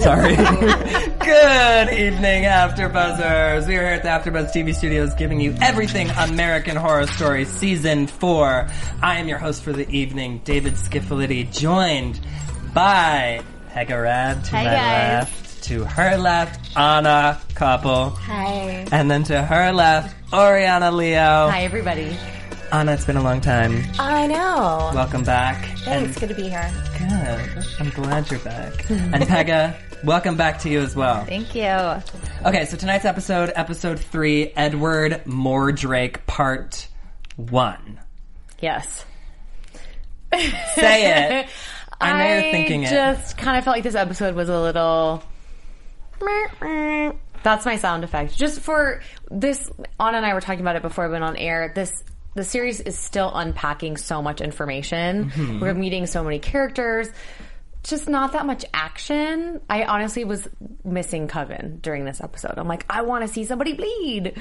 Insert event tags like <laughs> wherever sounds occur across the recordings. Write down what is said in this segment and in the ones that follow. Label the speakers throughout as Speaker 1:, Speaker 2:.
Speaker 1: Sorry. <laughs> Good evening, After Buzzers. We are here at the AfterBuzz TV studios, giving you everything American Horror Story Season Four. I am your host for the evening, David Skiffality, joined by Hegarab to my
Speaker 2: Hi, guys.
Speaker 1: left, to her left, Anna Koppel,
Speaker 2: Hi.
Speaker 1: and then to her left, Oriana Leo.
Speaker 2: Hi, everybody.
Speaker 1: Anna, it's been a long time.
Speaker 2: I know.
Speaker 1: Welcome back.
Speaker 2: Thanks. Good to be here.
Speaker 1: And good. I'm glad you're
Speaker 2: <laughs>
Speaker 1: back. and Pega, welcome back to you as well.
Speaker 2: Thank you.
Speaker 1: Okay, so tonight's episode, episode three, Edward Mordrake, part one.
Speaker 2: Yes.
Speaker 1: Say
Speaker 2: <laughs>
Speaker 1: it. I know you're thinking it.
Speaker 2: just kind of felt like this episode was a little. That's my sound effect. Just for this, Anna and I were talking about it before I went on air. This the series is still unpacking so much information.
Speaker 1: Mm-hmm.
Speaker 2: We're meeting so many characters. Just not that much action. I honestly was missing Coven during this episode. I'm like, I want to see somebody bleed.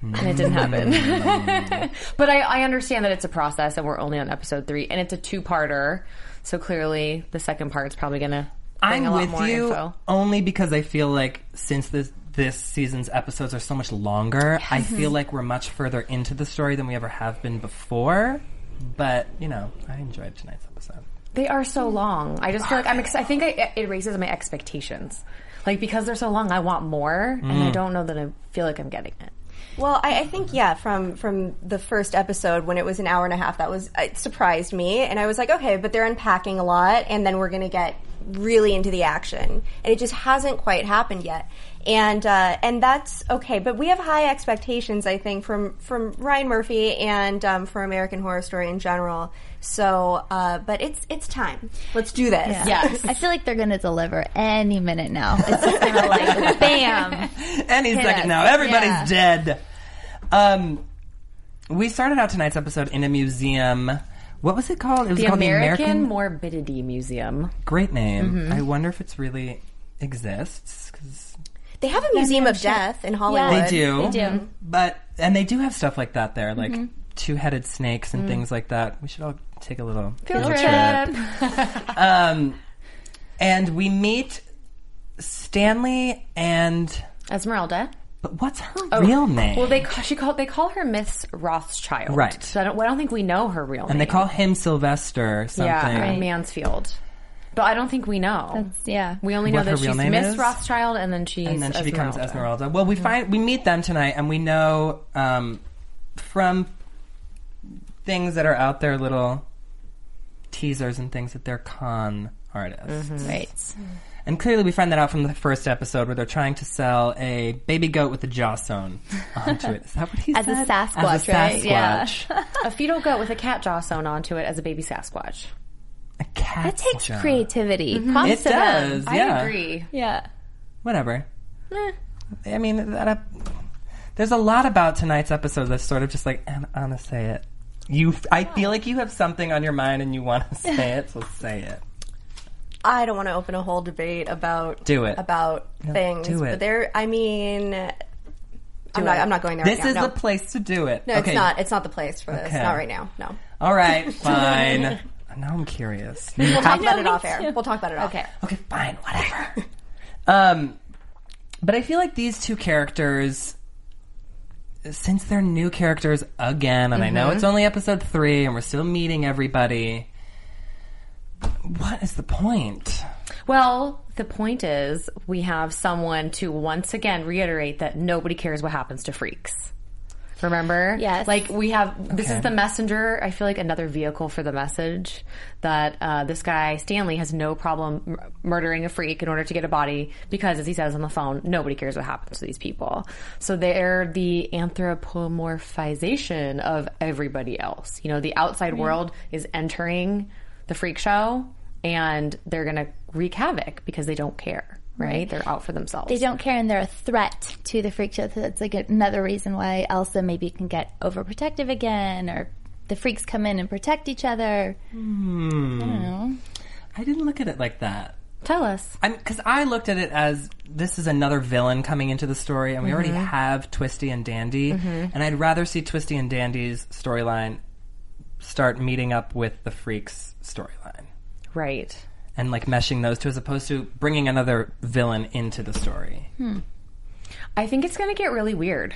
Speaker 2: And
Speaker 1: <laughs>
Speaker 2: it didn't happen. but I, I understand that it's a process and we're only on episode three and it's a two parter. So clearly the second part's probably going to bring
Speaker 1: I'm
Speaker 2: a lot
Speaker 1: with
Speaker 2: more
Speaker 1: you
Speaker 2: info.
Speaker 1: only because I feel like since this this season's episodes are so much longer, I feel like we're much further into the story than we ever have been before. But you know, I enjoyed tonight's episode.
Speaker 2: They are so long. I just feel like I'm. Ex- I think I, it raises my expectations. Like because they're so long, I want more, and
Speaker 1: Mm.
Speaker 2: I don't know that I feel like I'm getting it.
Speaker 3: Well, I, I think yeah, from from the first episode when it was an hour and a half, that was it surprised me, and I was like, okay, but they're unpacking a lot, and then we're gonna get really into the action, and it just hasn't quite happened yet, and uh, and that's okay, but we have high expectations, I think, from from Ryan Murphy and um, for American Horror Story in general. So, uh, but it's it's time. Let's do this. <laughs>
Speaker 4: Yes. I feel like they're going to deliver any minute now. It's just kind of like, bam.
Speaker 1: Any second
Speaker 4: us.
Speaker 1: now, everybody's
Speaker 4: Yeah.
Speaker 1: dead. Um, we started out tonight's episode in a museum. What was it called? It was
Speaker 2: The
Speaker 1: called
Speaker 2: American,
Speaker 1: the American
Speaker 2: Morbidity Museum.
Speaker 1: Great name.
Speaker 2: Mm-hmm.
Speaker 1: I wonder if it's really exists. 'cause-
Speaker 3: They have a museum of death in Hollywood.
Speaker 1: They do.
Speaker 4: They do.
Speaker 1: But and they do have stuff like that there, like
Speaker 2: Mm-hmm.
Speaker 1: two-headed snakes
Speaker 2: Mm.
Speaker 1: and things like that. We should all take a little field, trip.
Speaker 2: <laughs>
Speaker 1: um, and we meet Stanley and
Speaker 2: Esmeralda.
Speaker 1: but what's her real name?
Speaker 2: Oh, Well, they call, she called they call her Miss Rothschild.
Speaker 1: Right.
Speaker 2: So I don't. I don't think we know her real name.
Speaker 1: and they call him Sylvester something.
Speaker 2: yeah Mansfield, but I don't think we know.
Speaker 4: Yeah.
Speaker 2: we only
Speaker 1: What
Speaker 2: know
Speaker 1: her
Speaker 2: that
Speaker 1: real
Speaker 2: she's
Speaker 1: name
Speaker 2: Miss
Speaker 1: is?
Speaker 2: Rothschild, and then she's
Speaker 1: and then she becomes
Speaker 2: Esmeralda.
Speaker 1: Esmeralda. Well, we find we meet them tonight, and we know um, from things that are out there, little teasers and things that they're con
Speaker 4: Mm-hmm.
Speaker 1: artists,
Speaker 4: Right.
Speaker 1: and clearly we find that out from the first episode where they're trying to sell a baby goat with a jaw sewn onto it. Is that what he
Speaker 4: <laughs> As a
Speaker 1: said?
Speaker 4: Sasquatch,
Speaker 1: As a
Speaker 4: right? Yeah.
Speaker 1: Sasquatch.
Speaker 2: A fetal goat with a cat jaw sewn onto it as a baby Sasquatch.
Speaker 1: A cat.
Speaker 4: <laughs> That takes
Speaker 1: jaw.
Speaker 4: creativity.
Speaker 1: It does.
Speaker 4: Props to them.
Speaker 1: yeah.
Speaker 2: I agree.
Speaker 4: Yeah.
Speaker 1: whatever.
Speaker 3: Eh.
Speaker 1: I mean, that ep- there's a lot about tonight's episode that's sort of just like, I'm gonna say it. You, I feel like you have something on your mind and you want to <laughs> say it, so say it.
Speaker 3: I don't want to open a whole debate about
Speaker 1: Do it.
Speaker 3: about things.
Speaker 1: do it.
Speaker 3: But there, I mean, I'm not. I'm not going there.
Speaker 1: This
Speaker 3: right
Speaker 1: is
Speaker 3: now.
Speaker 1: the
Speaker 3: no.
Speaker 1: place to do it.
Speaker 3: No, it's not. It's not the place for this.
Speaker 1: <laughs> Okay.
Speaker 3: <laughs> Not right now. No.
Speaker 1: All right, fine. Now I'm
Speaker 3: <laughs>
Speaker 1: curious.
Speaker 3: We'll talk about it off air. We'll talk about it off
Speaker 2: Okay.
Speaker 3: air.
Speaker 1: okay, fine, whatever. <laughs> um, but I feel like these two characters, since they're new characters again, and I know
Speaker 2: Mm-hmm.
Speaker 1: it's only episode three, and we're still meeting everybody. What is the point?
Speaker 2: Well, the point is, we have someone to once again reiterate that nobody cares what happens to freaks. Remember?
Speaker 4: Yes.
Speaker 2: Like we have. This
Speaker 1: Okay.
Speaker 2: is the messenger. I feel like another vehicle for the message that uh, this guy Stanley has no problem m- murdering a freak in order to get a body because, as he says on the phone, nobody cares what happens to these people. So they're the anthropomorphization of everybody else. You know, the outside world is entering the freak show, and they're gonna wreak havoc because they don't care. Right? They're out for themselves.
Speaker 4: They don't care, and they're a threat to the freak show. So that's like another reason why Elsa maybe can get overprotective again, or the freaks come in and protect each other. I don't know.
Speaker 1: I didn't look at it like that.
Speaker 2: Tell us.
Speaker 1: I'm because I looked at it as this is another villain coming into the story, and we already
Speaker 2: Mm-hmm.
Speaker 1: have Twisty and Dandy, and I'd rather see Twisty and Dandy's storyline start meeting up with the Freaks storyline
Speaker 2: Right.
Speaker 1: and like meshing those two, as opposed to bringing another villain into the story.
Speaker 2: Hmm. I think it's going to get really weird.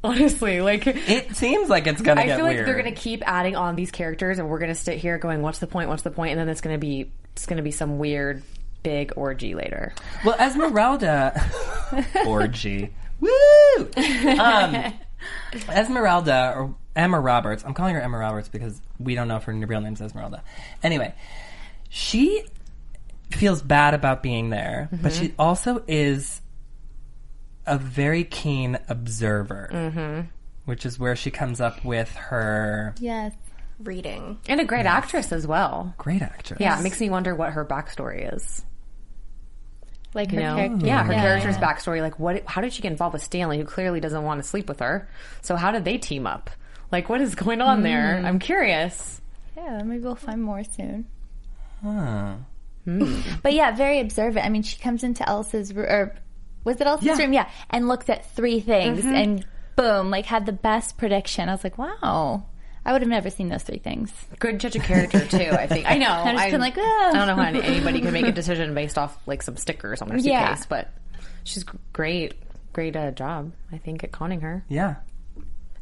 Speaker 2: <laughs> Honestly, like
Speaker 1: It seems like it's gonna
Speaker 2: I
Speaker 1: get
Speaker 2: feel like
Speaker 1: weird.
Speaker 2: they're going to keep adding on these characters, and we're going to sit here going, "What's the point? What's the point?" And then it's going to be it's going to be some weird big orgy later.
Speaker 1: Well, Esmeralda
Speaker 2: <laughs>
Speaker 1: orgy. Woo!
Speaker 2: <laughs>
Speaker 1: Um, Esmeralda or Emma Roberts. I'm calling her Emma Roberts because we don't know if her real name's Esmeralda. Anyway, she feels bad about being there, but
Speaker 2: Mm-hmm.
Speaker 1: she also is a very keen observer.
Speaker 2: Mm-hmm.
Speaker 1: Which is where she comes up with her
Speaker 4: Yes.
Speaker 3: Reading.
Speaker 2: And a great actress as well.
Speaker 1: great actress.
Speaker 2: Yeah, it makes me wonder what her backstory is.
Speaker 4: Like her
Speaker 2: You know?
Speaker 4: character.
Speaker 2: Yeah, her character's backstory. Like, what? How did she get involved with Stanley, who clearly doesn't want to sleep with her? So, how did they team up? Like, what is going on there? I'm curious.
Speaker 4: Yeah, maybe we'll find more soon.
Speaker 1: Huh.
Speaker 4: But yeah, very observant. I mean, she comes into Elsa's room, or was it Elsa's
Speaker 1: Yeah.
Speaker 4: room? Yeah, and looks at three things,
Speaker 2: Mm-hmm.
Speaker 4: and boom, like had the best prediction. I was like, wow, I would have never seen those three things.
Speaker 2: Good judge of character too. I think I know.
Speaker 4: <laughs> I'm just kinda like, "Oh."
Speaker 2: I don't know how anybody could make a decision based off like some stickers on her suitcase,
Speaker 4: Yeah.
Speaker 2: but she's g- great, great uh, job. I think at conning her.
Speaker 1: Yeah.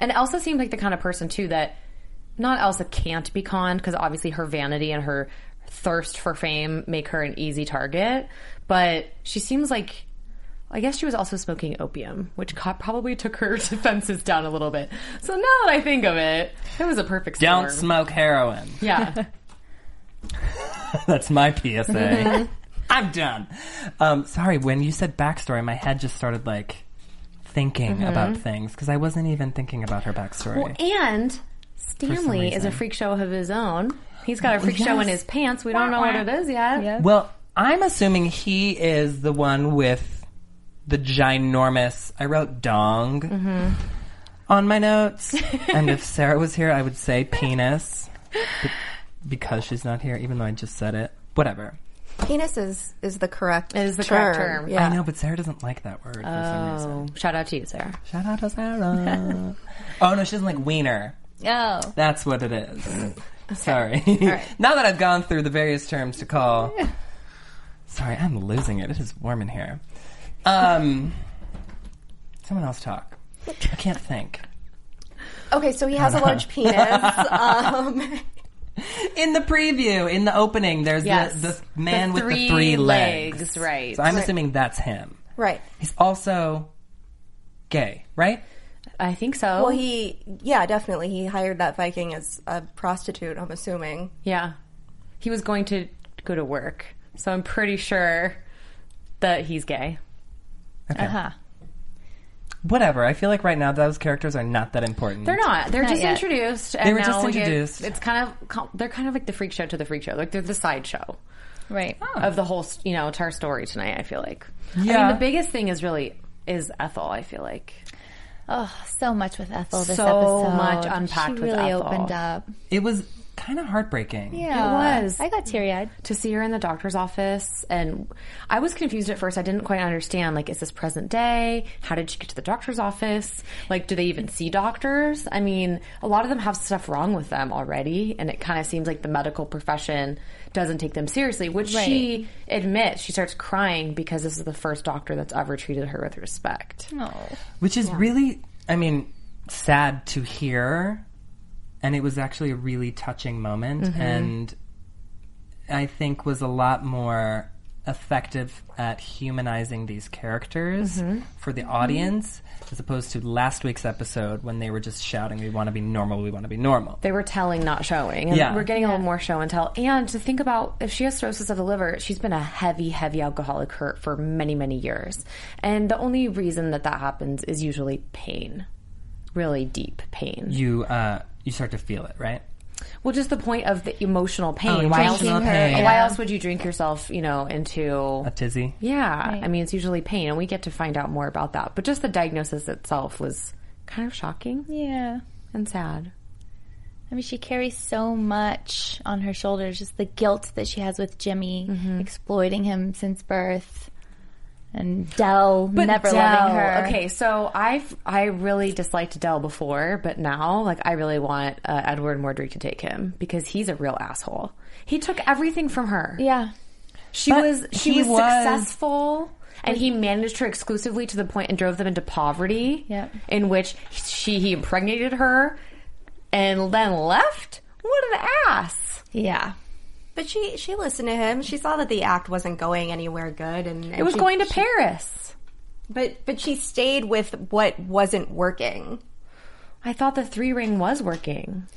Speaker 2: And Elsa seemed like the kind of person too that not Elsa can't be conned because obviously her vanity and her thirst for fame make her an easy target. But she seems like I guess she was also smoking opium, which co- probably took her <laughs> defenses down a little bit. So now that I think of it, it was a perfect storm.
Speaker 1: Don't smoke heroin.
Speaker 2: <laughs> yeah.
Speaker 1: That's my
Speaker 2: <laughs>
Speaker 1: PSA. I'm done. Um, sorry, when you said backstory, my head just started like thinking about things because I wasn't even thinking about her backstory.
Speaker 2: Mm-hmm. Well, and Stanley is a
Speaker 1: reason.
Speaker 2: freak show of his own. He's got a freak show in
Speaker 1: yes.
Speaker 2: his pants. We don't know what it is yet.
Speaker 1: Well, I'm assuming he is the one with the ginormous. I wrote dong
Speaker 2: Mm-hmm.
Speaker 1: on my notes,
Speaker 2: <laughs>
Speaker 1: and if Sarah was here, I would say penis, but because she's not here, even though I just said it. Whatever.
Speaker 3: Penis is, is the correct
Speaker 2: It is the
Speaker 3: term.
Speaker 2: correct term.
Speaker 3: Yeah.
Speaker 1: I know, but Sarah doesn't like that word for some reason.
Speaker 2: Oh, shout out to you, Sarah.
Speaker 1: Shout out to Sarah.
Speaker 2: <laughs>
Speaker 1: oh no, she doesn't like wiener.
Speaker 4: <laughs> Oh,
Speaker 1: That's what it is. Sorry. <laughs> now that I've gone through the various terms to call. Sorry, I'm losing it. It is warm in here. Um, someone else talk. I can't think.
Speaker 3: Okay, so he has
Speaker 1: <laughs>
Speaker 3: a large penis. Um,
Speaker 1: In the preview, in the opening, there's
Speaker 2: Yes.
Speaker 1: the, the man with the
Speaker 2: three
Speaker 1: three legs.
Speaker 2: legs, right.
Speaker 1: So I'm assuming that's him.
Speaker 3: right.
Speaker 1: He's also gay, right?
Speaker 2: I think so.
Speaker 3: Well, he, yeah, definitely. He hired that Viking as a prostitute, I'm assuming.
Speaker 2: yeah. He was going to go to work. So I'm pretty sure that he's gay.
Speaker 1: Okay.
Speaker 2: Uh-huh.
Speaker 4: huh.
Speaker 1: Whatever. I feel like right now those characters are not that important.
Speaker 2: They're not. They're just
Speaker 4: yet.
Speaker 2: introduced. And
Speaker 1: were
Speaker 2: now
Speaker 1: just
Speaker 2: we get-
Speaker 1: introduced.
Speaker 2: it's kind of, they're kind of like the freak show to the freak show. Like they're the sideshow.
Speaker 4: Right.
Speaker 2: of the whole you know entire story tonight. I feel like. I
Speaker 1: Yeah.
Speaker 2: mean, the biggest thing is really is Ethel. I feel like.
Speaker 4: Oh, so much with Ethel this
Speaker 2: So
Speaker 4: episode.
Speaker 2: much unpacked
Speaker 4: She
Speaker 2: with
Speaker 4: really
Speaker 2: Ethel.
Speaker 4: opened up.
Speaker 1: It was kind of heartbreaking.
Speaker 4: Yeah.
Speaker 2: It was.
Speaker 4: I got teary eyed.
Speaker 2: to see her in the doctor's office and I was confused at first. I didn't quite understand like is this present day? How did she get to the doctor's office? Like do they even see doctors? I mean, a lot of them have stuff wrong with them already and it kind of seems like the medical profession doesn't take them seriously, which she admits. She starts crying because this is the first doctor that's ever treated her with respect.
Speaker 1: Which is really, I mean, sad to hear. And it was actually a really touching moment.
Speaker 2: Mm-hmm.
Speaker 1: And I think was a lot more effective at humanizing these characters
Speaker 2: Mm-hmm.
Speaker 1: for the audience as opposed to last week's episode when they were just shouting, we want to be normal, we want to be normal.
Speaker 2: They were telling, not showing. And
Speaker 1: Yeah.
Speaker 2: We're getting a little more show and tell. And to think about if she has cirrhosis of the liver, she's been a heavy, heavy alcoholic her for many, many years. And the only reason that that happens is usually pain. Really deep pain.
Speaker 1: You, uh, you start to feel it, right?
Speaker 2: well, just the point of the emotional pain.
Speaker 1: Oh,
Speaker 2: why, else,
Speaker 1: emotional pain.
Speaker 2: why else would you drink yourself, you know, into
Speaker 1: A tizzy.
Speaker 2: yeah, I mean, it's usually pain, and we get to find out more about that. But just the diagnosis itself was kind of shocking
Speaker 4: Yeah.
Speaker 2: and sad.
Speaker 4: I mean, she carries so much on her shoulders, just the guilt that she has with Jimmy, exploiting him since birth, and Dell never
Speaker 2: Dell,
Speaker 4: loving her.
Speaker 2: Okay, so I've I really disliked Dell before, but now like I really want uh, Edward Mordred to take him because he's a real asshole. He took everything from her.
Speaker 4: Yeah.
Speaker 2: She
Speaker 1: But
Speaker 2: was she
Speaker 1: he
Speaker 2: was,
Speaker 1: was-
Speaker 2: successful. And he managed her exclusively to the point and drove them into poverty.
Speaker 4: Yep.
Speaker 2: In which she he impregnated her and then left? What an ass.
Speaker 4: Yeah.
Speaker 3: But she she listened to him. She saw that the act wasn't going anywhere good, and, and
Speaker 2: It was
Speaker 3: she-
Speaker 2: going to
Speaker 3: she-
Speaker 2: Paris.
Speaker 3: But but she stayed with what wasn't working.
Speaker 2: I thought the three ring was working.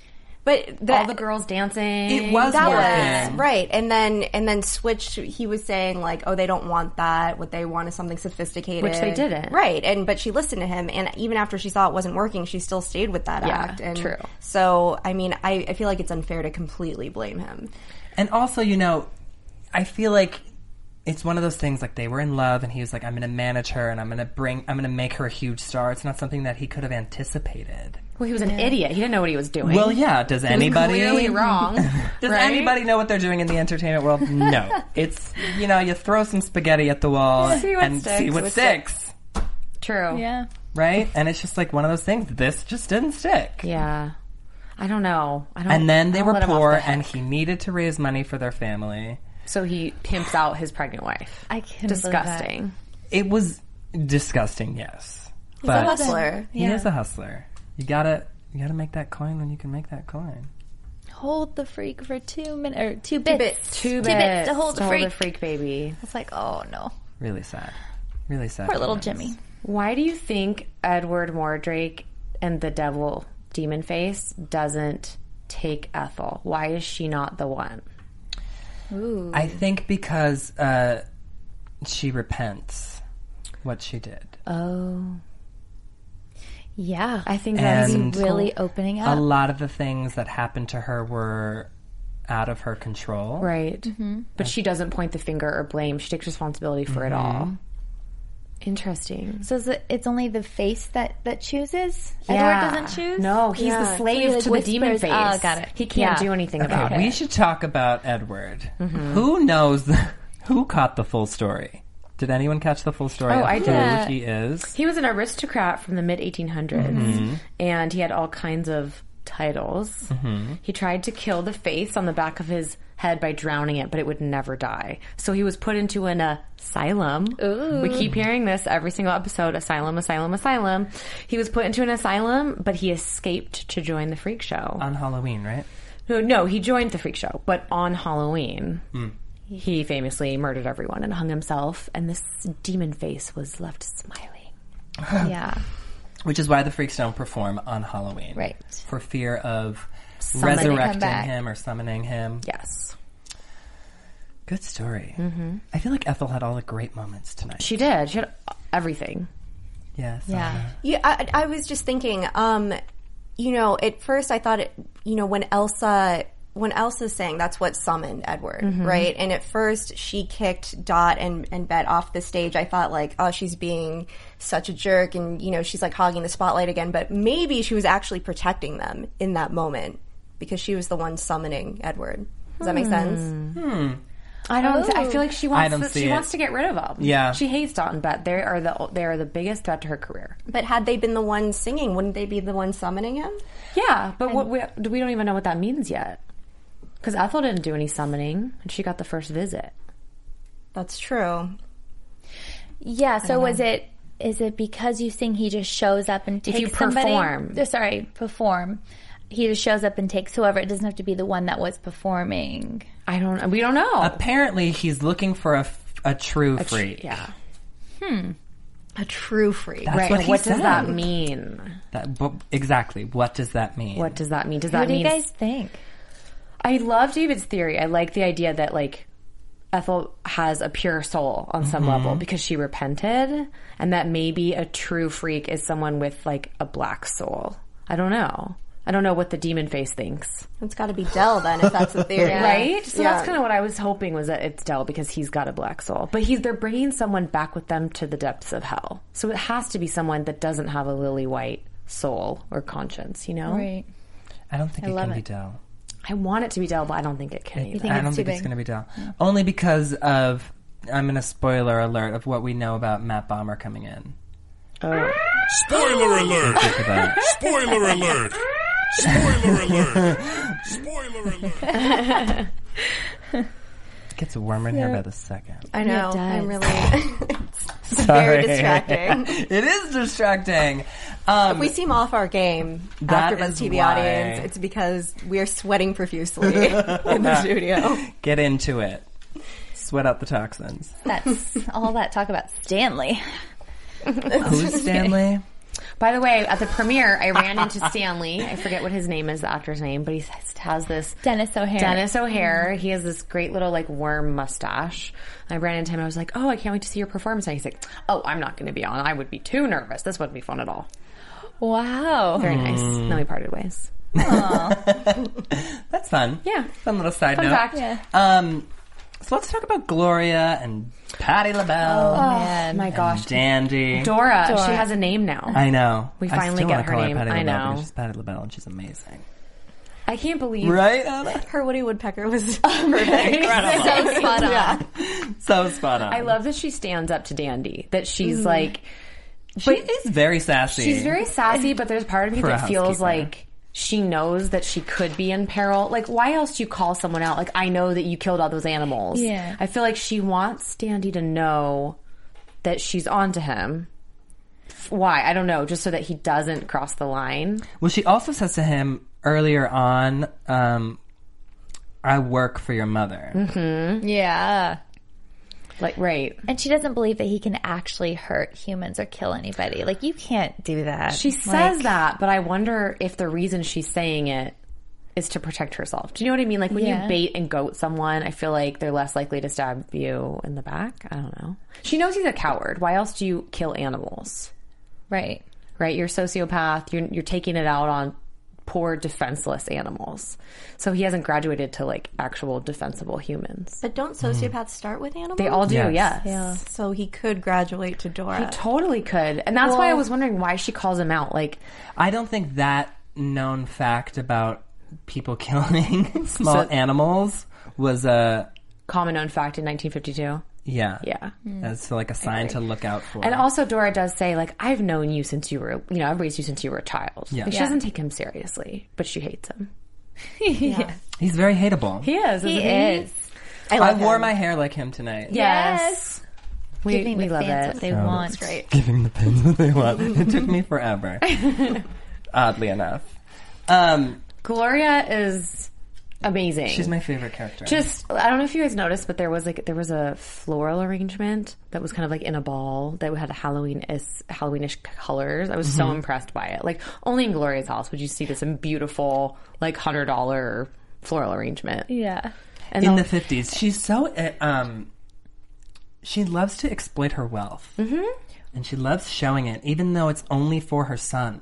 Speaker 3: But the,
Speaker 2: All the girls dancing.
Speaker 1: It was
Speaker 3: that
Speaker 1: working.
Speaker 3: was right, and then and then switched. He was saying like, oh, they don't want that. What they want is something sophisticated,
Speaker 2: Which they didn't.
Speaker 3: Right, and but she listened to him, and even after she saw it wasn't working, she still stayed with that
Speaker 2: Yeah,
Speaker 3: act. And
Speaker 2: true.
Speaker 3: So I mean, I, I feel like it's unfair to completely blame him.
Speaker 1: And also, you know, I feel like it's one of those things like they were in love and he was like, I'm gonna manage her and I'm gonna bring I'm gonna make her a huge star. It's not something that he could have anticipated.
Speaker 2: Well, he was an idiot. He didn't know what he was doing.
Speaker 1: Well yeah, does anybody <laughs>
Speaker 2: clearly wrong.
Speaker 1: Does
Speaker 2: right?
Speaker 1: anybody know what they're doing in the entertainment world?
Speaker 2: <laughs>
Speaker 1: No. it's you know, you throw some spaghetti at the wall
Speaker 2: <laughs> See what
Speaker 1: and see
Speaker 2: sticks.
Speaker 1: what
Speaker 2: What
Speaker 1: sticks.
Speaker 2: True.
Speaker 4: Yeah.
Speaker 1: Right? And it's just like one of those things, this just didn't stick.
Speaker 2: Yeah. I don't know. I don't.
Speaker 1: And then
Speaker 2: I
Speaker 1: they
Speaker 2: don't
Speaker 1: were
Speaker 2: let him off
Speaker 1: poor
Speaker 2: the hook.
Speaker 1: and he needed to raise money for their family.
Speaker 2: so he pimps out his pregnant wife.
Speaker 4: I couldn't believe that.
Speaker 2: Disgusting.
Speaker 1: It was disgusting, yes.
Speaker 3: A
Speaker 1: But
Speaker 3: hustler.
Speaker 1: He is a hustler. You gotta you gotta make that coin when you can make that coin.
Speaker 4: Hold the freak for two minutes, or two bits.
Speaker 3: bits.
Speaker 2: Two
Speaker 4: bits
Speaker 2: bits
Speaker 4: to hold the
Speaker 2: the
Speaker 4: freak.
Speaker 2: freak baby.
Speaker 4: It's like, oh no.
Speaker 1: Really sad. Really sad.
Speaker 4: Poor little
Speaker 1: times.
Speaker 4: Jimmy.
Speaker 2: Why do you think Edward Mordrake and the devil demon face doesn't take Ethel? Why is she not the one?
Speaker 1: I think because uh, she repents what she did.
Speaker 2: Oh,
Speaker 4: Yeah.
Speaker 2: I think that's
Speaker 1: And
Speaker 4: really opening
Speaker 1: a
Speaker 4: up.
Speaker 1: lot of the things that happened to her were out of her control.
Speaker 2: right. Mm-hmm. But she doesn't point the finger or blame. She takes responsibility for it
Speaker 1: Mm-hmm.
Speaker 2: all. Interesting.
Speaker 4: so is it, it's only the face that that chooses.
Speaker 2: Yeah.
Speaker 4: Edward doesn't choose.
Speaker 2: No, he's the slave
Speaker 4: He, like,
Speaker 2: to the demon face.
Speaker 4: whispers. Oh, got it.
Speaker 2: He can't
Speaker 4: Yeah.
Speaker 2: do anything
Speaker 1: Okay,
Speaker 2: about
Speaker 1: we
Speaker 2: it.
Speaker 1: should talk about Edward. Who knows who caught the full story? Did anyone catch the full story
Speaker 2: Oh,
Speaker 1: of
Speaker 2: I
Speaker 1: who
Speaker 2: did.
Speaker 1: he is?
Speaker 2: He was an aristocrat from the mid 1800s, and he had all kinds of titles. He tried to kill the face on the back of his head by drowning it, but it would never die. So he was put into an asylum. We keep hearing this every single episode: asylum, asylum, asylum. He was put into an asylum, but he escaped to join the freak show.
Speaker 1: On Halloween, right?
Speaker 2: No, no, he joined the freak show, but on Halloween, he famously murdered everyone and hung himself, and this demon face was left smiling.
Speaker 4: Yeah.
Speaker 1: Which is why the freaks don't perform on Halloween.
Speaker 4: Right.
Speaker 1: For fear of
Speaker 2: Summoning him
Speaker 1: resurrecting
Speaker 4: back.
Speaker 1: him or summoning him.
Speaker 2: Yes,
Speaker 1: Good story. Mm-hmm. I feel like Ethel had all the great moments tonight.
Speaker 2: she did. She had everything.
Speaker 1: yes.
Speaker 4: Yeah.
Speaker 3: Yeah, I, I was just thinking. Um, you know, at first I thought, it, you know, when Elsa when Elsa sang, that's what summoned Edward, right? And at first she kicked Dot and and Bet off the stage. I thought like, oh, she's being such a jerk, and you know, she's like hogging the spotlight again. But maybe she was actually protecting them in that moment. because she was the one summoning Edward. Does that make sense?
Speaker 2: I don't. Oh. I feel like she
Speaker 1: I
Speaker 2: wants.
Speaker 1: don't
Speaker 2: To,
Speaker 1: see
Speaker 2: she
Speaker 1: it.
Speaker 2: wants to get rid of them.
Speaker 1: Yeah.
Speaker 2: she hates Dalton, but they are the they are the biggest threat to her career.
Speaker 3: But had they been the ones singing, wouldn't they be the ones summoning him?
Speaker 2: Yeah, but what we, do- we don't even know what that means yet. Because Ethel didn't do any summoning, and she got the first visit.
Speaker 3: That's true.
Speaker 4: Yeah. So was it? Is it because you sing he just shows up and takes
Speaker 2: you perform.
Speaker 4: somebody? Uh, Sorry, perform. He just shows up and takes whoever. It doesn't have to be the one that was performing.
Speaker 2: I don't. We don't know.
Speaker 1: Uh, Apparently, he's looking for a, a true
Speaker 2: A tr-
Speaker 1: freak.
Speaker 2: Yeah.
Speaker 3: A true freak.
Speaker 1: That's
Speaker 2: Right.
Speaker 1: what
Speaker 2: What,
Speaker 1: he
Speaker 2: does that
Speaker 1: said.
Speaker 2: mean?
Speaker 1: That- but exactly. What does that mean?
Speaker 2: What does that mean? Does
Speaker 4: What
Speaker 2: that
Speaker 4: do
Speaker 2: mean
Speaker 4: you guys think?
Speaker 2: I love David's theory. I like the idea that like Ethel has a pure soul on some level because she repented and that maybe a true freak is someone with like a black soul. I don't know. I don't know what the demon face thinks.
Speaker 3: It's got to be Dell then, if that's the theory,
Speaker 2: Right?
Speaker 3: <laughs>
Speaker 2: So
Speaker 3: Yeah.
Speaker 2: that's kind of what I was hoping was that it's Dell because he's got a black soul. But he's they're bringing someone back with them to the depths of hell. So it has to be someone that doesn't have a lily white soul or conscience, you know?
Speaker 4: Right.
Speaker 1: I don't think it
Speaker 4: love
Speaker 1: can be
Speaker 4: it.
Speaker 1: Dell.
Speaker 2: I want it to be Dell, but I don't think it can either.
Speaker 4: think
Speaker 1: I
Speaker 4: it's
Speaker 1: don't
Speaker 4: too
Speaker 1: think it's
Speaker 4: big?
Speaker 1: going to be Dell. Only because of I'm going to spoiler alert of what we know about Matt Bomber coming in.
Speaker 5: Spoiler alert!
Speaker 1: Think about it.
Speaker 5: Spoiler alert! Spoiler alert! Spoiler alert!
Speaker 1: It gets warmer in here by the second.
Speaker 3: I know.
Speaker 4: it does.
Speaker 3: I'm really. <laughs> it's very distracting.
Speaker 1: <laughs> it is distracting. Um,
Speaker 3: we seem off our game
Speaker 1: That
Speaker 3: after
Speaker 1: is
Speaker 3: Buzz TV
Speaker 1: why.
Speaker 3: audience. It's because we are sweating profusely <laughs>
Speaker 2: <laughs>
Speaker 3: in the studio.
Speaker 1: get into it. Sweat out the
Speaker 2: <laughs>
Speaker 1: toxins.
Speaker 4: That's all that talk about Stanley.
Speaker 1: Who's Stanley?
Speaker 2: By the way, at the premiere, I ran into Stanley. I forget what his name is, the actor's name, but he has this
Speaker 4: Dennis O'Hare. <laughs>
Speaker 2: Dennis O'Hare. He has this great little like worm mustache. I ran into him. I was like, "Oh, I can't wait to see your performance." And he's like, "Oh, I'm not going to be on. I would be too nervous. This wouldn't be fun at all."
Speaker 4: Wow.
Speaker 2: Very nice. Then we parted ways.
Speaker 1: That's fun.
Speaker 2: Yeah.
Speaker 1: Fun little side
Speaker 2: Fun
Speaker 1: note.
Speaker 2: fact.
Speaker 1: Um, so let's talk about Gloria and Patty LaBelle.
Speaker 4: Man.
Speaker 2: Oh, My gosh,
Speaker 1: Dandy.
Speaker 2: Dora,
Speaker 4: Dora.
Speaker 2: She has a name now. I,
Speaker 1: I know.
Speaker 2: We
Speaker 1: I
Speaker 2: finally
Speaker 1: still
Speaker 2: get
Speaker 1: wanna
Speaker 2: her
Speaker 1: call
Speaker 2: name.
Speaker 1: Patty
Speaker 2: I
Speaker 1: LaBelle
Speaker 2: know.
Speaker 1: because She's Patty LaBelle and she's amazing.
Speaker 2: can't believe.
Speaker 1: Right, Anna?
Speaker 3: <laughs> Her Woody Woodpecker was <laughs> um, perfect.
Speaker 4: So spot on.
Speaker 1: <laughs> So spot on.
Speaker 2: <laughs> I love that she stands up to Dandy. That she's like.
Speaker 1: She is very sassy.
Speaker 2: She's very sassy, but there's part of me
Speaker 1: For a
Speaker 2: that feels
Speaker 1: housekeeper.
Speaker 2: like she knows that she could be in peril. Like, why else do you call someone out? Like, I know that you killed all those animals.
Speaker 4: Yeah.
Speaker 2: I feel like she wants Dandy to know that she's onto him. F- Why? I don't know. Just so that he doesn't cross the line.
Speaker 1: Well, she also says to him earlier on, um, "I work for your mother."
Speaker 4: Yeah.
Speaker 2: Like, right.
Speaker 4: And she doesn't believe that he can actually hurt humans or kill anybody. Like you can't do that.
Speaker 2: She says that, but I wonder if the reason she's saying it is to protect herself. Do you know what I mean? Like when
Speaker 4: Yeah.
Speaker 2: you bait and goat someone, I feel like they're less likely to stab you in the back. I don't know. She knows he's a coward. Why else do you kill animals?
Speaker 4: right.
Speaker 2: Right? You're a sociopath. You're you're taking it out on poor defenseless animals. So he hasn't graduated to like actual defensible humans.
Speaker 3: But don't sociopaths start with animals?
Speaker 2: They all do,
Speaker 1: Yes.
Speaker 2: yes.
Speaker 3: So he could graduate to Dora.
Speaker 2: He totally could. And that's why I was wondering why she calls him out. Like
Speaker 1: I don't think that known fact about people <laughs> killing small
Speaker 2: So-
Speaker 1: animals was a
Speaker 2: common known fact in nineteen fifty two.
Speaker 1: yeah
Speaker 2: Yeah.
Speaker 1: That's like a sign to look out for.
Speaker 2: And also, Dora does say, like, I've known you since you were, you know, I've raised you since you were a child.
Speaker 1: Yeah.
Speaker 2: Like, she
Speaker 1: Yeah.
Speaker 2: doesn't take him seriously, but she hates him.
Speaker 1: He's very hateable.
Speaker 2: He is.
Speaker 4: He is.
Speaker 1: I wore my hair like him tonight.
Speaker 2: Yes. We,
Speaker 4: Giving
Speaker 2: we
Speaker 4: the
Speaker 2: love
Speaker 4: fans
Speaker 2: it.
Speaker 4: what they want.
Speaker 3: great.
Speaker 1: Giving the pins what they want. it took
Speaker 2: <laughs>
Speaker 1: me forever. Oddly enough, um,
Speaker 2: Gloria is amazing.
Speaker 1: she's my favorite character.
Speaker 2: just I don't know if you guys noticed, but there was like there was a floral arrangement that was kind of like in a ball that had Halloween is Halloweenish colors. I was
Speaker 1: Mm-hmm.
Speaker 2: so impressed by it. Like only in Gloria's house would you see this beautiful like hundred dollar floral arrangement.
Speaker 4: Yeah.
Speaker 2: And
Speaker 1: in
Speaker 2: all-
Speaker 1: the 50s she's so uh, um she loves to exploit her wealth mm-hmm. and she loves showing it even though it's only for her son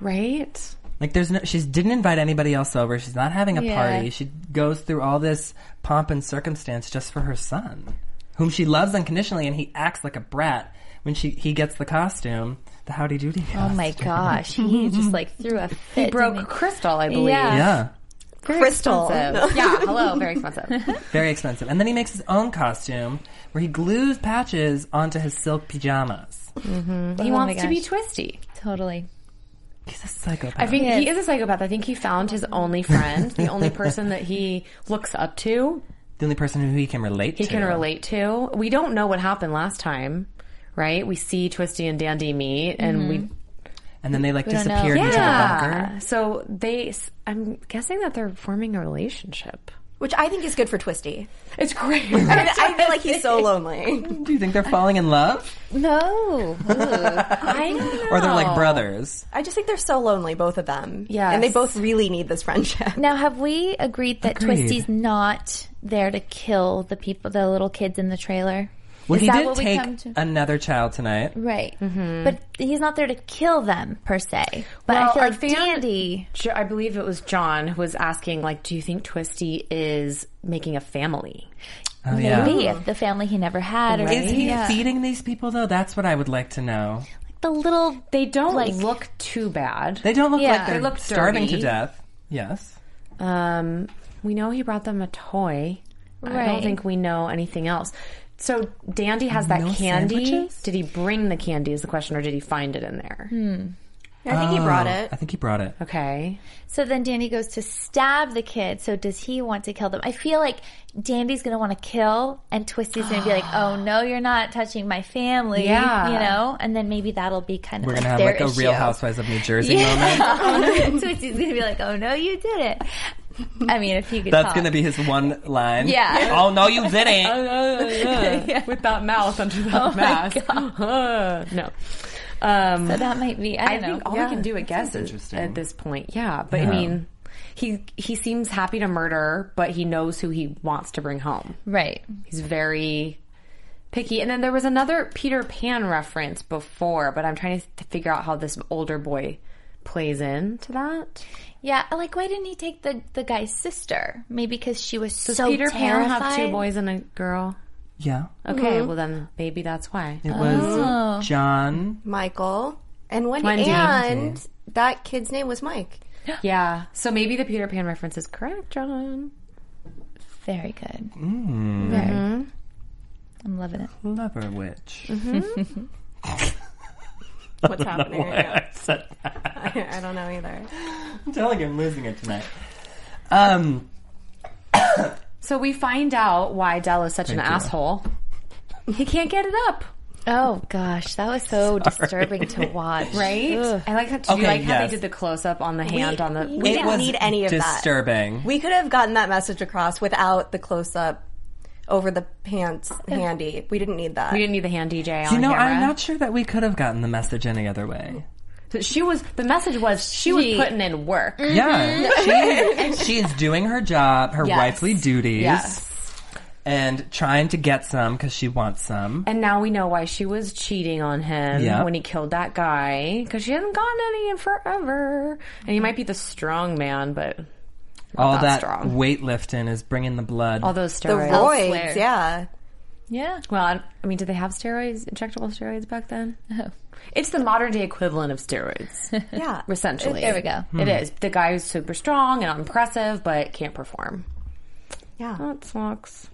Speaker 2: right.
Speaker 1: like there's no she didn't invite anybody else over she's not having a
Speaker 4: Yeah.
Speaker 1: party she goes through all this pomp and circumstance just for her son whom she loves unconditionally and he acts like a brat when she he gets the costume the howdy doody
Speaker 2: Oh
Speaker 4: Oh my gosh. <laughs> He just like threw a fit.
Speaker 2: broke
Speaker 4: didn't he?
Speaker 2: crystal, I believe.
Speaker 4: Yeah.
Speaker 1: yeah
Speaker 2: Very
Speaker 3: Crystal. <laughs>
Speaker 2: Expensive. yeah, hello, very expensive.
Speaker 1: Very expensive. And then he makes his own costume where he glues patches onto his silk pajamas.
Speaker 2: he
Speaker 4: Oh my
Speaker 2: wants to be
Speaker 4: gosh.
Speaker 2: twisty.
Speaker 4: Totally.
Speaker 1: He's a psychopath.
Speaker 2: I think he is a psychopath. I think he found his only friend, the only person that he looks up to,
Speaker 1: the only person who he can relate
Speaker 2: he
Speaker 1: to.
Speaker 2: can relate to. We don't know what happened last time, right? We see Twisty and Dandy meet, and we
Speaker 1: And then they like
Speaker 4: don't know.
Speaker 1: disappeared into the bunker.
Speaker 2: yeah. So they, s- I'm guessing that they're forming a relationship.
Speaker 3: which I think is good for Twisty.
Speaker 2: It's great.
Speaker 3: I I feel like he's so lonely.
Speaker 1: Do you think they're falling in love?
Speaker 4: No.
Speaker 2: <laughs> I don't know.
Speaker 1: Or they're like brothers?
Speaker 3: <laughs> I just think they're so lonely, both of them.
Speaker 2: Yes.
Speaker 3: and they both really need this friendship.
Speaker 4: Now, have we agreed that
Speaker 1: Agreed.
Speaker 4: Twisty's not there to kill the people, the little kids in the trailer?
Speaker 1: Well,
Speaker 4: Is
Speaker 1: he
Speaker 4: that
Speaker 1: did
Speaker 4: what we
Speaker 1: take
Speaker 4: come to?
Speaker 1: another child tonight.
Speaker 4: Right. But he's not there to kill them, per se. But
Speaker 2: Well,
Speaker 4: I feel
Speaker 2: our
Speaker 4: like
Speaker 2: fan-
Speaker 4: Dandy.
Speaker 2: Jo- I believe it was John who was asking, like, do you think Twisty is making a family?
Speaker 1: Oh, yeah.
Speaker 4: Maybe if the family he never had, or
Speaker 1: Is he
Speaker 4: Yeah.
Speaker 1: feeding these people though? That's what I would like to know.
Speaker 4: the little?
Speaker 2: They don't
Speaker 4: Like-
Speaker 2: look too bad.
Speaker 1: They don't look
Speaker 4: Yeah.
Speaker 1: like they're
Speaker 4: They
Speaker 2: look
Speaker 1: starving to
Speaker 2: dirty.
Speaker 1: death. Yes.
Speaker 2: Um, we know he brought them a toy. I don't
Speaker 4: Right.
Speaker 2: think we know anything else. So Dandy has that
Speaker 1: No
Speaker 2: candy.
Speaker 1: sandwiches?
Speaker 2: Did he bring the candy? Is the question, or did he find it in there?
Speaker 3: I think he brought
Speaker 1: Oh,
Speaker 3: it.
Speaker 1: I think he brought it.
Speaker 2: <laughs> Okay.
Speaker 4: So then Dandy goes to stab the kid. So does he want to kill them? I feel like Dandy's going to want to kill, and Twisty's going to <gasps> be like, "Oh no, you're not touching my family."
Speaker 2: Yeah.
Speaker 4: you know. And then maybe that'll be kind of
Speaker 1: We're
Speaker 4: like
Speaker 1: gonna have
Speaker 4: their
Speaker 1: like a
Speaker 4: issue.
Speaker 1: Real Housewives of New Jersey moment.
Speaker 4: <laughs> Yeah. Twisty's going to be like, "Oh no, you did it." I mean, if you could.
Speaker 1: That's
Speaker 4: talk.
Speaker 1: gonna be his one line.
Speaker 4: Yeah.
Speaker 1: <laughs> Oh no, you didn't.
Speaker 2: <laughs> With that mouth under that mask. <laughs> Uh, no. Oh Um,
Speaker 4: So that might be.
Speaker 2: I
Speaker 4: I don't know.
Speaker 2: think all we can do, I guess, is,
Speaker 1: interesting.
Speaker 2: at this point, yeah. But
Speaker 1: Yeah.
Speaker 2: I mean, he he seems happy to murder, but he knows who he wants to bring home.
Speaker 4: right.
Speaker 2: He's very picky. And then there was another Peter Pan reference before, but I'm trying to, th- figure out how this older boy plays into that.
Speaker 4: Yeah, like why didn't he take the the guy's sister? Maybe because she was
Speaker 2: Does
Speaker 4: so
Speaker 2: Peter
Speaker 4: terrified. Mm-hmm.
Speaker 2: Pan have two boys and a girl?
Speaker 1: Yeah.
Speaker 2: Okay, well then maybe that's why.
Speaker 1: It was John.
Speaker 3: Michael and Wendy,
Speaker 2: Wendy.
Speaker 3: and that kid's name was Mike.
Speaker 2: Yeah. So maybe the Peter Pan reference is correct, John.
Speaker 4: Very good.
Speaker 1: Mm.
Speaker 4: Very. I'm loving it.
Speaker 1: Lover Witch.
Speaker 3: <laughs> What's happening? right now?
Speaker 1: <laughs> I said that.
Speaker 3: I don't know either.
Speaker 1: I'm telling you, I'm losing it tonight. Um,
Speaker 2: So we find out why Dell is such an
Speaker 1: you.
Speaker 2: asshole. He can't get it up,
Speaker 4: Oh gosh, that was so
Speaker 1: <laughs>
Speaker 4: disturbing to watch.
Speaker 2: right?
Speaker 4: Ugh.
Speaker 2: I like how, did you
Speaker 1: Okay,
Speaker 2: like how
Speaker 1: yes.
Speaker 2: they did the close up on the hand on the.
Speaker 3: We didn't
Speaker 1: was
Speaker 3: need any of that.
Speaker 1: disturbing.
Speaker 3: We could have gotten that message across without the close up over the <laughs> pants handy. We didn't need that.
Speaker 2: We didn't need the hand DJ on
Speaker 1: You know,
Speaker 2: camera.
Speaker 1: I'm not sure that we could have gotten the message any other way.
Speaker 2: So She was. The message was she, was
Speaker 4: She-
Speaker 2: putting in work. <laughs>
Speaker 1: Yeah, she, she is doing her job, her
Speaker 2: Yes.
Speaker 1: wifely duties,
Speaker 2: Yes.
Speaker 1: and trying to get some because she wants some.
Speaker 2: And now we know why she was cheating on him
Speaker 1: Yeah.
Speaker 2: when he killed that guy because she hasn't gotten any in forever. And he might be the strong man, but
Speaker 1: All
Speaker 2: not
Speaker 1: that
Speaker 2: strong.
Speaker 1: weightlifting is bringing the blood.
Speaker 2: all those
Speaker 3: the
Speaker 2: steroids.
Speaker 3: roids, yeah.
Speaker 4: Yeah.
Speaker 2: Well, I, I mean, did they have steroids, injectable steroids back then? <laughs> It's the modern day equivalent of steroids,
Speaker 3: Yeah.
Speaker 2: <laughs> essentially.
Speaker 4: There we go.
Speaker 1: Hmm.
Speaker 2: It is. The guy who's super strong and impressive, but can't perform.
Speaker 3: Yeah.
Speaker 2: That sucks.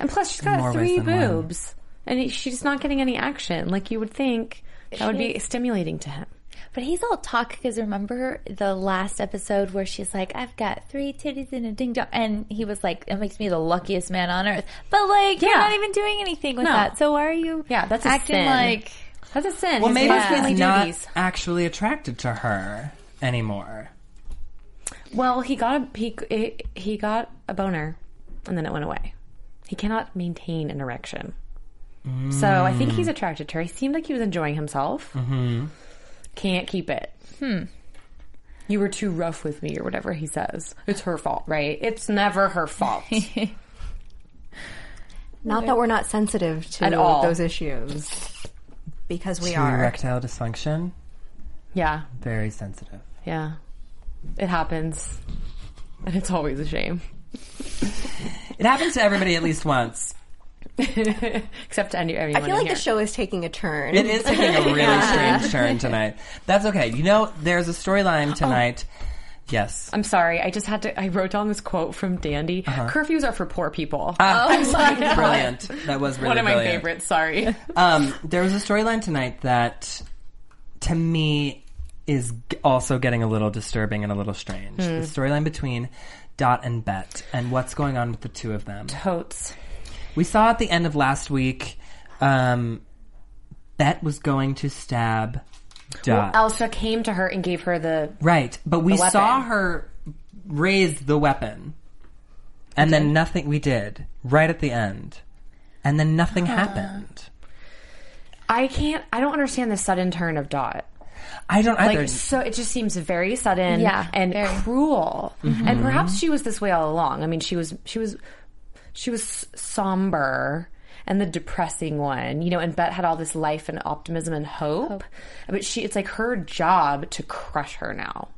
Speaker 2: And plus, she's got
Speaker 1: more
Speaker 2: three
Speaker 1: ways than one.
Speaker 2: boobs, and he- she's not getting any action like you would think that would be stimulating to him.
Speaker 4: But he's all talk because remember the last episode where she's like, "I've got three titties and a ding dong," and he was like, "It makes me the luckiest man on earth." But like,
Speaker 2: Yeah.
Speaker 4: you're not even doing anything with
Speaker 2: No.
Speaker 4: that. So why are you?
Speaker 2: Yeah, that's a
Speaker 4: acting
Speaker 2: sin.
Speaker 4: like.
Speaker 2: That's a sin.
Speaker 1: well,
Speaker 2: He's
Speaker 1: maybe
Speaker 2: got family
Speaker 1: he's not
Speaker 2: duties.
Speaker 1: actually attracted to her anymore.
Speaker 2: Well, he got a he he got a boner, and then it went away. He cannot maintain an erection, so I think he's
Speaker 3: Hmm.
Speaker 2: attracted to her. He seemed like he was enjoying himself. Mm-hmm. Can't keep it. Hmm. You were too rough with me, or whatever he says. It's her fault, right? It's never
Speaker 3: <laughs>
Speaker 2: her fault.
Speaker 3: Not that we're not sensitive to
Speaker 2: At all.
Speaker 3: those issues. Because we
Speaker 1: To
Speaker 3: are.
Speaker 1: erectile dysfunction,
Speaker 2: yeah,
Speaker 1: very sensitive.
Speaker 2: yeah, it happens, and it's always a shame,
Speaker 1: It happens to everybody at least once.
Speaker 2: except to any, everyone.
Speaker 3: I feel
Speaker 2: in
Speaker 3: like
Speaker 2: here.
Speaker 3: the show is taking a turn.
Speaker 1: It is taking a really strange turn tonight. That's okay. You know, there's a storyline tonight Yes.
Speaker 2: Oh. I'm sorry. I just had to. I wrote down this quote from Dandy.
Speaker 3: Uh-huh.
Speaker 2: Curfews are for poor people.
Speaker 3: Ah,
Speaker 1: <laughs>
Speaker 2: oh my god!
Speaker 1: Brilliant. That was really
Speaker 2: One of my
Speaker 1: brilliant. <laughs>
Speaker 2: favorites. Sorry.
Speaker 1: Um, there was a storyline tonight that, to me, is g- also getting a little disturbing and a little strange.
Speaker 2: Hmm.
Speaker 1: The storyline between Dot and Bet and what's going on with the two of them.
Speaker 2: Totes.
Speaker 1: We saw at the end of last week, um, Bet was going to stab Dot.
Speaker 2: Elsa came to her and gave her the.
Speaker 1: right, but we
Speaker 2: weapon.
Speaker 1: saw her raise the weapon, and then nothing. We did right at the end, and then nothing happened.
Speaker 2: I can't. I don't understand the sudden turn of Dot.
Speaker 1: I don't either.
Speaker 2: Like so, it just seems very sudden,
Speaker 4: Yeah,
Speaker 2: and
Speaker 4: very.
Speaker 2: cruel.
Speaker 1: Mm-hmm.
Speaker 2: And perhaps she was this way all along. I mean, she was she was she was s- somber and the depressing one, you know. And Bet had all this life and optimism and hope, but she it's like her job to crush her now.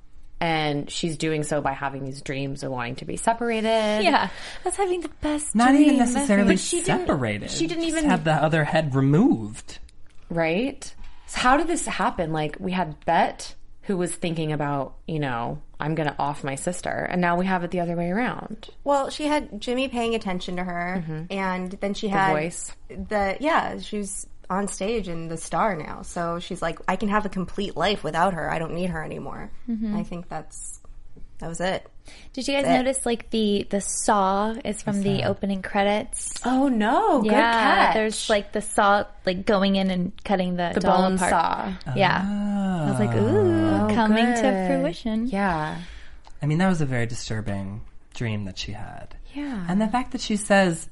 Speaker 2: And she's doing so by having these dreams of wanting to be separated.
Speaker 4: Yeah, I was having the best.
Speaker 1: not
Speaker 4: dream.
Speaker 1: even
Speaker 4: I was
Speaker 1: necessarily
Speaker 4: having-
Speaker 1: separated.
Speaker 2: she didn't
Speaker 1: Just
Speaker 2: even-
Speaker 1: have the other head removed.
Speaker 2: right? So how did this happen? Like we had Bet who was thinking about, you know, I'm going to off my sister, and now we have it the other way around.
Speaker 3: Well, she had Jimmy paying attention to her, and then she had
Speaker 2: Mm-hmm. voice.
Speaker 3: the yeah. She was on stage and the star now, so she's like, I can have a complete life without her. I don't need her anymore.
Speaker 2: Mm-hmm.
Speaker 3: I think that's that was it.
Speaker 4: Did you guys
Speaker 3: That-
Speaker 4: notice like the the saw is from the opening credits?
Speaker 2: Oh no! Good
Speaker 4: yeah,
Speaker 2: catch.
Speaker 4: there's like the saw like going in and cutting the,
Speaker 2: the
Speaker 4: doll
Speaker 2: bone
Speaker 4: apart.
Speaker 2: saw. Oh.
Speaker 4: Yeah, I was like, ooh, coming to
Speaker 2: good.
Speaker 4: fruition.
Speaker 2: Yeah,
Speaker 1: I mean, that was a very disturbing dream that she had.
Speaker 2: Yeah.
Speaker 1: And the fact that she says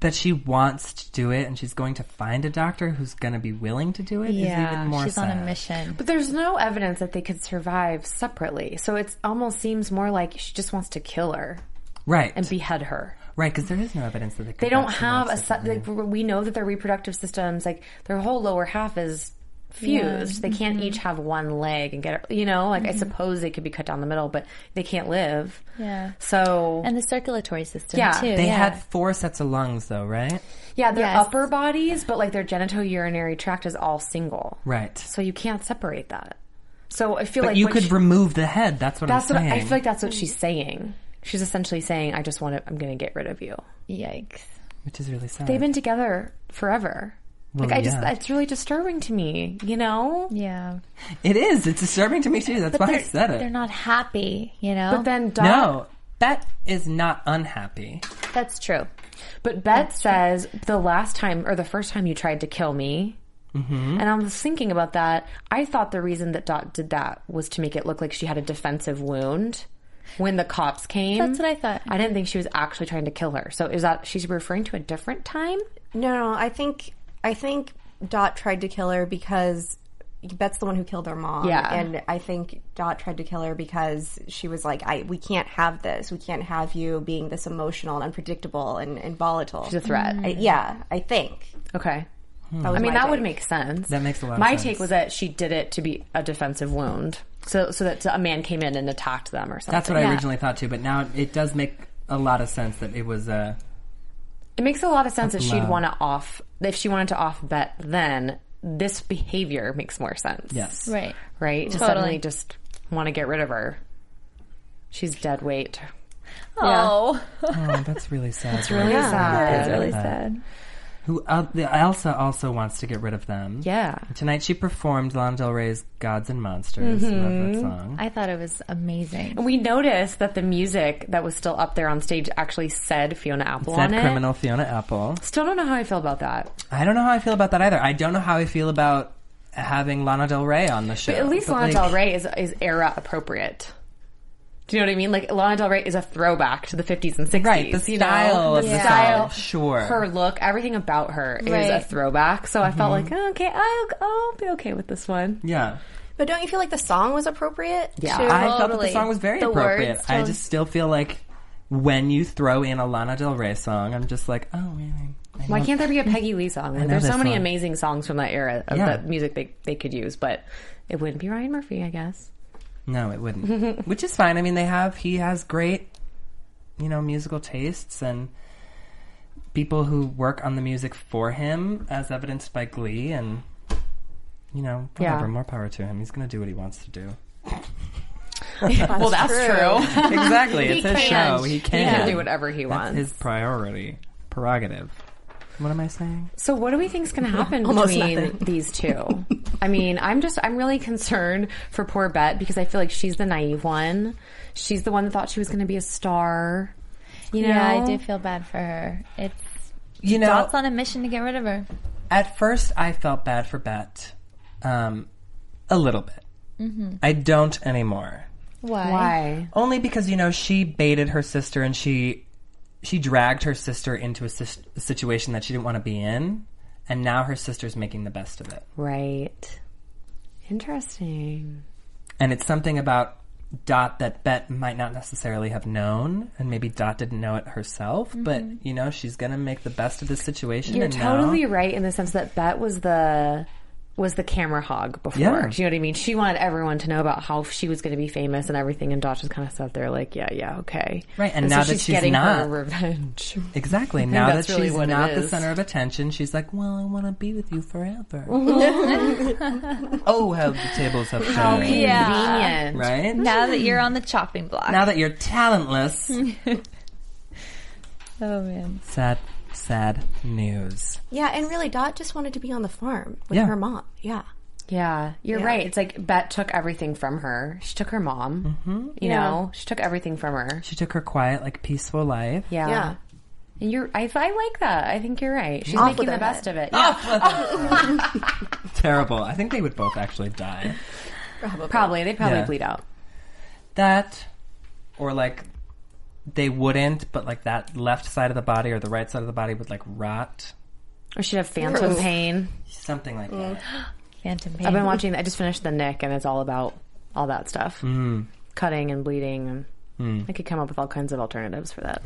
Speaker 1: that she wants to do it and she's going to find a doctor who's going to be willing to do it is even more
Speaker 4: she's on a
Speaker 1: sad.
Speaker 4: mission.
Speaker 2: but there's no evidence that they could survive separately. So it almost seems more like she just wants to kill her
Speaker 1: Right.
Speaker 2: and behead her.
Speaker 1: right, because there is no evidence that they
Speaker 2: They don't have a se- like we know that their reproductive systems, like their whole lower half is fused. They can't each have one leg and get you know. Like I suppose they could be cut down the middle, but they can't live.
Speaker 4: Yeah,
Speaker 2: So
Speaker 4: and the circulatory system
Speaker 2: Yeah,
Speaker 4: too.
Speaker 1: They
Speaker 4: yeah.
Speaker 1: had four sets of lungs, though, right?
Speaker 2: yeah, their
Speaker 4: Yes.
Speaker 2: upper bodies, but like their genitourinary tract is all single.
Speaker 1: Right.
Speaker 2: So you can't separate that. So I feel
Speaker 1: but
Speaker 2: like
Speaker 1: you
Speaker 2: when
Speaker 1: could
Speaker 2: she-
Speaker 1: remove the head. That's what
Speaker 2: that's
Speaker 1: I'm
Speaker 2: what
Speaker 1: saying.
Speaker 2: I feel like that's what she's saying. She's essentially saying, "I just want to. I'm going to get rid of you."
Speaker 4: yikes.
Speaker 1: which is really sad.
Speaker 2: They've been together forever.
Speaker 1: Well,
Speaker 2: like I just,
Speaker 1: yeah.
Speaker 2: it's really disturbing to me. You know.
Speaker 4: Yeah,
Speaker 1: It is. It's disturbing to me too. That's why I
Speaker 4: they're,
Speaker 1: said
Speaker 4: they're
Speaker 1: it.
Speaker 4: not happy. You know,
Speaker 2: But then Doc,
Speaker 1: No, that is not unhappy.
Speaker 4: that's true.
Speaker 2: but Bet says the last time or the first time you tried to kill me,
Speaker 1: Mm-hmm.
Speaker 2: and I was thinking about that. I thought the reason that Dot did that was to make it look like she had a defensive wound. When the cops came,
Speaker 4: That's what I thought.
Speaker 2: I didn't think she was actually trying to kill her. So is that she's referring to a different time?
Speaker 3: No, no, I think I think Dot tried to kill her because Bet's the one who killed her mom.
Speaker 2: Yeah.
Speaker 3: And I think Dot tried to kill her because she was like, I we can't have this. We can't have you being this emotional and unpredictable and, and volatile.
Speaker 2: The threat.
Speaker 3: I- yeah, I think.
Speaker 2: Okay.
Speaker 3: That was
Speaker 2: I mean,
Speaker 3: my
Speaker 2: that would
Speaker 3: take.
Speaker 2: make sense.
Speaker 1: That makes a lot of
Speaker 2: My
Speaker 1: sense.
Speaker 2: take was that she did it to be a defensive wound, so so that a man came in and attacked them or something.
Speaker 1: That's what I originally thought too, but now it does make a lot of sense that it was uh, a.
Speaker 2: It makes a lot of sense that she'd
Speaker 1: love.
Speaker 2: want to off if she wanted to off bet. Then this behavior makes more sense.
Speaker 1: Yes.
Speaker 4: Right.
Speaker 2: Right. To
Speaker 4: Totally.
Speaker 2: suddenly just want to get rid of her. She's dead weight.
Speaker 4: Oh,
Speaker 1: Oh, that's really sad. That's
Speaker 2: Really sad.
Speaker 4: that's really sad.
Speaker 1: Who el- the- Elsa also wants to get rid of them.
Speaker 2: Yeah.
Speaker 1: Tonight she performed Lana Del Rey's "Gods and Monsters." Love
Speaker 2: Mm-hmm.
Speaker 1: that song.
Speaker 4: I thought it was amazing.
Speaker 2: We noticed that the music that was still up there on stage actually said Fiona Apple
Speaker 1: That
Speaker 2: on it.
Speaker 1: criminal Fiona Apple.
Speaker 2: Still don't know how I feel about that.
Speaker 1: I don't know how I feel about that either. I don't know how I feel about having Lana Del Rey on the show.
Speaker 2: At least
Speaker 1: But,
Speaker 2: Lana
Speaker 1: like,
Speaker 2: Del Rey is is era appropriate. Do you know what I mean? Like Lana Del Rey is a throwback to the 50s and 60s.
Speaker 1: Right, the
Speaker 2: you know?
Speaker 1: style of
Speaker 2: the
Speaker 1: the
Speaker 2: style,
Speaker 1: song, sure.
Speaker 2: Her look, everything about her is a
Speaker 4: Right.
Speaker 2: throwback. So I felt like,
Speaker 1: Mm-hmm.
Speaker 2: oh, okay, I'll, I'll be okay with this one.
Speaker 1: Yeah,
Speaker 3: But don't you feel like the song was appropriate?
Speaker 2: Yeah.
Speaker 4: Sure.
Speaker 1: I felt that the
Speaker 4: Totally.
Speaker 1: song was very
Speaker 4: The
Speaker 1: appropriate.
Speaker 4: words
Speaker 1: I
Speaker 4: totally-
Speaker 1: just still feel like when you throw in a Lana Del Rey song, I'm just like, oh, man. I
Speaker 2: Why
Speaker 1: know-
Speaker 2: can't there be a Peggy Lee song? Like,
Speaker 1: know
Speaker 2: there's so
Speaker 1: this
Speaker 2: many
Speaker 1: one.
Speaker 2: amazing songs from that era of
Speaker 1: Yeah.
Speaker 2: that music they, they could use, but it wouldn't be Ryan Murphy, I guess.
Speaker 1: No, it
Speaker 2: <laughs>
Speaker 1: wouldn't. Which is fine. I mean, they have he has great, you know, musical tastes and people who work on the music for him, as evidenced by Glee, and you know,
Speaker 2: Yeah. <laughs>
Speaker 1: whatever. More power to him. He's going to do what he wants to do.
Speaker 2: well, that's true.
Speaker 1: Exactly. it's his
Speaker 2: can.
Speaker 1: show. He can.
Speaker 2: He can do whatever he wants.
Speaker 1: His priority, prerogative. What am I saying?
Speaker 2: So what do we think's going to happen
Speaker 3: Almost
Speaker 2: between
Speaker 3: nothing.
Speaker 2: <laughs>
Speaker 1: <laughs>
Speaker 2: these two? I mean, I'm just I'm really concerned for poor Bet because I feel like she's the naive one. She's the one that thought she was going to be a star. You know,
Speaker 4: Yeah, I do feel bad for her. It's
Speaker 1: You know,
Speaker 4: Dot's on a mission to get rid of her.
Speaker 1: at first I felt bad for Bet, um, a little bit.
Speaker 2: Mm-hmm.
Speaker 1: I don't anymore.
Speaker 4: Why?
Speaker 2: why.
Speaker 1: Only because you know she baited her sister and she she dragged her sister into a, sis- a situation that she didn't want to be in, and now her sister's making the best of it.
Speaker 2: Right. Interesting.
Speaker 1: and it's something about Dot that Bet might not necessarily have known, and maybe Dot didn't know it herself. But you know, she's gonna make the best of the situation.
Speaker 2: Mm-hmm. You're
Speaker 1: and now-
Speaker 2: totally right in the sense that Bet was the was the camera hog before.
Speaker 1: Yeah.
Speaker 2: Do you know what I mean? She wanted everyone to know about how she was going to be famous and everything, and Dot just kind of sat there like, yeah, yeah, okay.
Speaker 1: Right, and now
Speaker 2: so
Speaker 1: that
Speaker 2: she's,
Speaker 1: she's
Speaker 2: getting her
Speaker 1: not-
Speaker 2: revenge.
Speaker 1: exactly now that
Speaker 2: that's really
Speaker 1: she's
Speaker 2: what it
Speaker 1: not the
Speaker 2: is.
Speaker 1: center of attention. She's like, "Well, I want to be with you forever." <laughs> oh, how the tables have turned!
Speaker 2: Convenient.
Speaker 1: Right
Speaker 4: Now that you're on the chopping block.
Speaker 1: now that you're
Speaker 2: <laughs>
Speaker 1: talentless,
Speaker 2: Mm-hmm.
Speaker 4: oh man.
Speaker 1: sad, sad news.
Speaker 3: Yeah, and really, Dot just wanted to be on the farm with
Speaker 1: Yeah.
Speaker 3: her mom. Yeah.
Speaker 2: Yeah, you're
Speaker 3: Yeah.
Speaker 2: right. It's like Bet took everything from her. She took her mom. You know, she took everything from her.
Speaker 1: She took her quiet, like peaceful life.
Speaker 2: Yeah.
Speaker 3: Yeah.
Speaker 2: And you're, I, I like that. I think you're right. She's
Speaker 3: Off with
Speaker 2: making the
Speaker 3: her
Speaker 2: best
Speaker 3: head.
Speaker 2: of it. Yeah,
Speaker 1: Terrible. I think they would both actually die.
Speaker 2: probably. They probably
Speaker 1: Yeah.
Speaker 2: bleed out.
Speaker 1: that or like they wouldn't but like that left side of the body or the right side of the body would like rot
Speaker 2: Or she'd have phantom
Speaker 3: Oof.
Speaker 2: pain.
Speaker 1: something like
Speaker 2: Mm.
Speaker 1: that
Speaker 4: Phantom pain.
Speaker 2: I've been watching, I just finished The Nick, and it's all about all that stuff cutting and bleeding. And I could come up with all kinds of alternatives for that.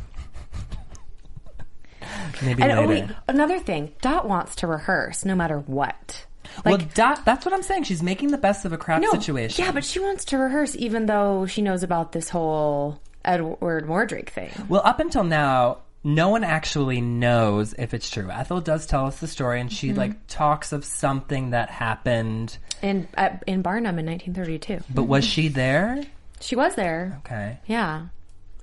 Speaker 1: maybe
Speaker 2: And oh,
Speaker 1: later
Speaker 2: wait, another thing Dot wants to rehearse no matter what.
Speaker 1: well dot, that's what i'm saying she's making the best of a crap situation
Speaker 2: Yeah, but she wants to rehearse even though she knows about this whole Edward Mordrake thing.
Speaker 1: well up until now no one actually knows if it's true ethel does tell us the story and
Speaker 2: Mm-hmm.
Speaker 1: she like talks of something that happened
Speaker 2: In at, in Barnum in 1932.
Speaker 1: but was she
Speaker 2: Mm-hmm.
Speaker 1: there
Speaker 2: She was there.
Speaker 1: okay
Speaker 2: Yeah.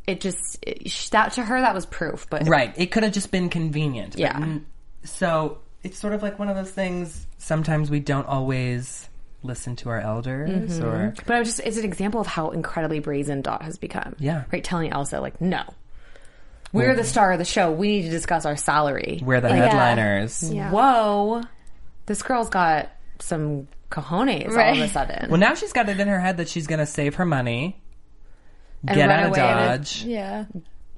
Speaker 2: It just it, sh that to her that was proof, but
Speaker 1: Right. It could have just been convenient. but
Speaker 2: Yeah.
Speaker 1: n- so it's sort of like one of those things. Sometimes we don't always listen to our elders, or
Speaker 2: But I was just it's an example of how incredibly brazen Dot has become.
Speaker 1: Yeah.
Speaker 2: Right telling Elsa like no. We're the star of the show. We need to discuss our salary.
Speaker 1: we're the headliners.
Speaker 2: Whoa. This girl's got some cojones all of a
Speaker 4: Right.
Speaker 2: sudden.
Speaker 1: Well, now she's got it in her head that she's going to save her money,
Speaker 2: And
Speaker 1: get
Speaker 2: run
Speaker 1: out of
Speaker 2: away with-
Speaker 1: Dodge,
Speaker 4: Yeah.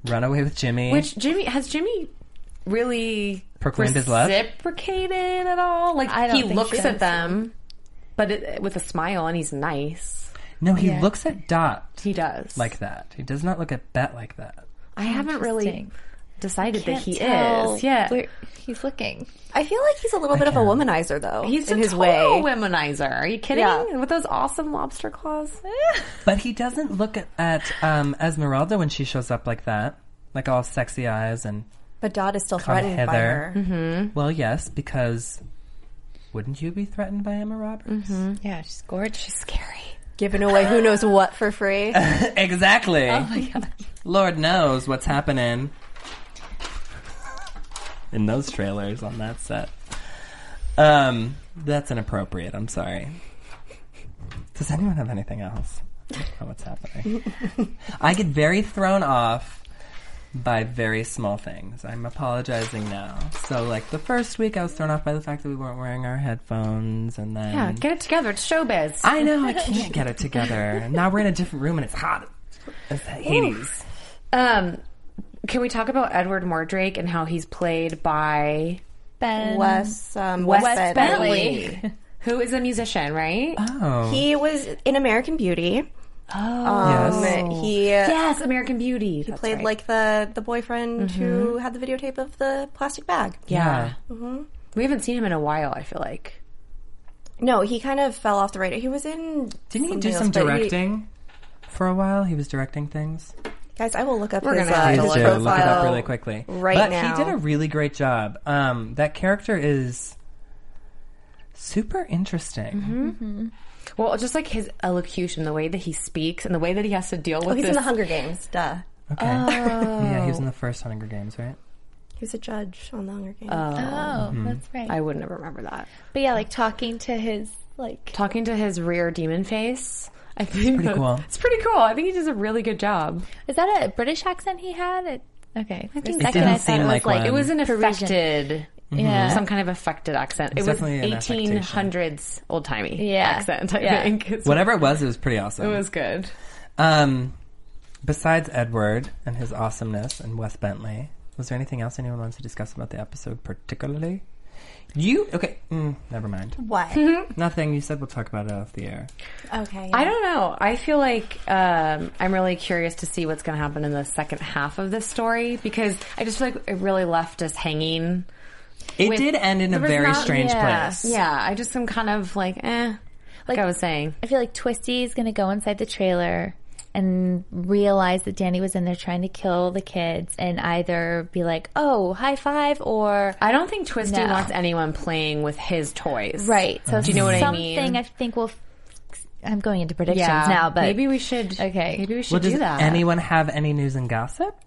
Speaker 1: run away with Jimmy.
Speaker 2: Which Jimmy has Jimmy really
Speaker 1: Proclaimed his love?
Speaker 2: reciprocated at all? Like
Speaker 4: I don't
Speaker 2: he
Speaker 4: think
Speaker 2: looks
Speaker 4: so.
Speaker 2: at them, but it, with a smile, and he's nice.
Speaker 1: no, he looks at Dot
Speaker 2: He does.
Speaker 1: like that. He does not look at Bet like that.
Speaker 2: I haven't really
Speaker 4: Interesting.
Speaker 2: decided that
Speaker 4: Can't
Speaker 2: he
Speaker 4: tell
Speaker 2: is. Yeah,
Speaker 4: where he's looking.
Speaker 3: I feel like he's a little bit of a womanizer, though.
Speaker 2: he's
Speaker 3: in
Speaker 2: a
Speaker 3: his
Speaker 2: total
Speaker 3: way.
Speaker 2: womanizer. Are you kidding?
Speaker 3: Yeah.
Speaker 2: With those awesome lobster <laughs> claws.
Speaker 1: But he doesn't look at, at um, Esmeralda when she shows up like that, like all sexy eyes and
Speaker 3: but Dot is still threatened by
Speaker 1: Heather.
Speaker 3: her.
Speaker 1: Well, yes, because wouldn't you be threatened by Emma Roberts?
Speaker 4: Yeah, she's gorgeous. She's
Speaker 2: Scary.
Speaker 3: Giving away who knows what for
Speaker 2: <laughs>
Speaker 3: free.
Speaker 1: <laughs> Exactly. Oh my god. Lord knows what's happening in those trailers on that set. Um, that's inappropriate. I'm sorry. Does anyone have anything else? I don't know what's happening. I get very thrown off by very small things. I'm apologizing now. So, like the first week, I was thrown off by the fact that we weren't wearing our headphones, and then
Speaker 2: Yeah, get it together. It's showbiz.
Speaker 1: I know, I can't get it together. Now we're in a different room and it's hot. It's Hades.
Speaker 2: Um, can we talk about Edward Mordrake and how he's played by
Speaker 4: Ben.
Speaker 3: Wes, um,
Speaker 2: Wes
Speaker 3: Bentley.
Speaker 2: Bentley. who is a musician, right?
Speaker 1: Oh.
Speaker 3: He was in American Beauty.
Speaker 1: yes.
Speaker 3: Um, he
Speaker 2: yes, American Beauty. He
Speaker 3: played like the the boyfriend who had the videotape of the plastic bag.
Speaker 2: Mm-hmm. Yeah. We haven't seen him in a while, I feel like.
Speaker 3: No, he kind of fell off the radar. He was in.
Speaker 1: Didn't he
Speaker 3: something
Speaker 1: do
Speaker 3: else,
Speaker 1: some
Speaker 3: but he-
Speaker 1: directing for a while? He was directing things.
Speaker 3: guys, I will look up his,
Speaker 2: gonna have
Speaker 3: uh,
Speaker 2: to
Speaker 3: his
Speaker 2: look
Speaker 1: do.
Speaker 2: it
Speaker 3: profile.
Speaker 2: up.
Speaker 1: Look it up really quickly.
Speaker 3: right
Speaker 1: but
Speaker 3: now.
Speaker 1: he did a really great job. Um, that character is Super interesting.
Speaker 3: Mm-hmm.
Speaker 2: Well, just like his elocution, the way that he speaks, and the way that he has to deal with
Speaker 3: Oh, He's
Speaker 2: this.
Speaker 3: in the Hunger Games. Duh.
Speaker 1: Okay. <laughs> yeah, he was in
Speaker 3: Oh.
Speaker 1: the first Hunger Games, right?
Speaker 3: He was a judge on the Hunger Games.
Speaker 2: Uh,
Speaker 4: Oh,
Speaker 1: Mm-hmm.
Speaker 4: that's right.
Speaker 2: I would never remember that.
Speaker 4: but yeah, like talking to his like
Speaker 2: Talking to his rear demon face. I think
Speaker 1: Pretty
Speaker 2: that-
Speaker 1: cool.
Speaker 2: It's pretty cool. I think he does a really good job.
Speaker 4: is that a British accent he had? It, okay, I
Speaker 2: think
Speaker 4: think
Speaker 1: It
Speaker 2: so.
Speaker 4: second I
Speaker 1: didn't
Speaker 4: thought it
Speaker 1: seem
Speaker 4: was
Speaker 1: like
Speaker 4: like,
Speaker 1: one.
Speaker 4: it
Speaker 2: It was
Speaker 4: was
Speaker 2: an
Speaker 4: Parisian.
Speaker 2: affected, uh,
Speaker 4: yeah.
Speaker 2: some kind of affected accent. It was
Speaker 1: Mm-hmm. definitely an affectation.
Speaker 2: 1800s old timey
Speaker 4: Yeah.
Speaker 2: accent, I
Speaker 4: Yeah.
Speaker 2: think. It's-
Speaker 1: Whatever it was, it was pretty awesome.
Speaker 2: It was good.
Speaker 1: Um, besides Edward and his awesomeness and Wes Bentley, was there anything else anyone wants to discuss about the episode particularly? You okay? Mm, never mind.
Speaker 4: <laughs>
Speaker 3: what?
Speaker 1: Nothing. You said we'll talk about it off the air.
Speaker 3: Okay.
Speaker 2: I don't know. I feel like um, I'm really curious to see what's going to happen in the second half of this story because I just feel like it really left us hanging.
Speaker 1: It
Speaker 2: With-
Speaker 1: did end in a
Speaker 2: there was
Speaker 1: very
Speaker 2: not-
Speaker 1: strange
Speaker 4: yeah.
Speaker 1: place.
Speaker 2: Yeah, I just am kind of like, eh. Like I was saying,
Speaker 4: I feel like Twisty is going to go inside the trailer and realize that Danny was in there trying to kill the kids and either be like, oh, high five, or.
Speaker 2: I don't think Twisty
Speaker 4: No.
Speaker 2: wants anyone playing with his toys.
Speaker 4: Right. So
Speaker 2: you know what I
Speaker 4: something
Speaker 2: mean?
Speaker 4: I think will. I'm going into predictions
Speaker 2: Yeah.
Speaker 4: now, but
Speaker 2: maybe we should.
Speaker 4: Okay.
Speaker 2: Maybe we should
Speaker 1: Well, does
Speaker 2: do that.
Speaker 1: anyone have any news and gossip?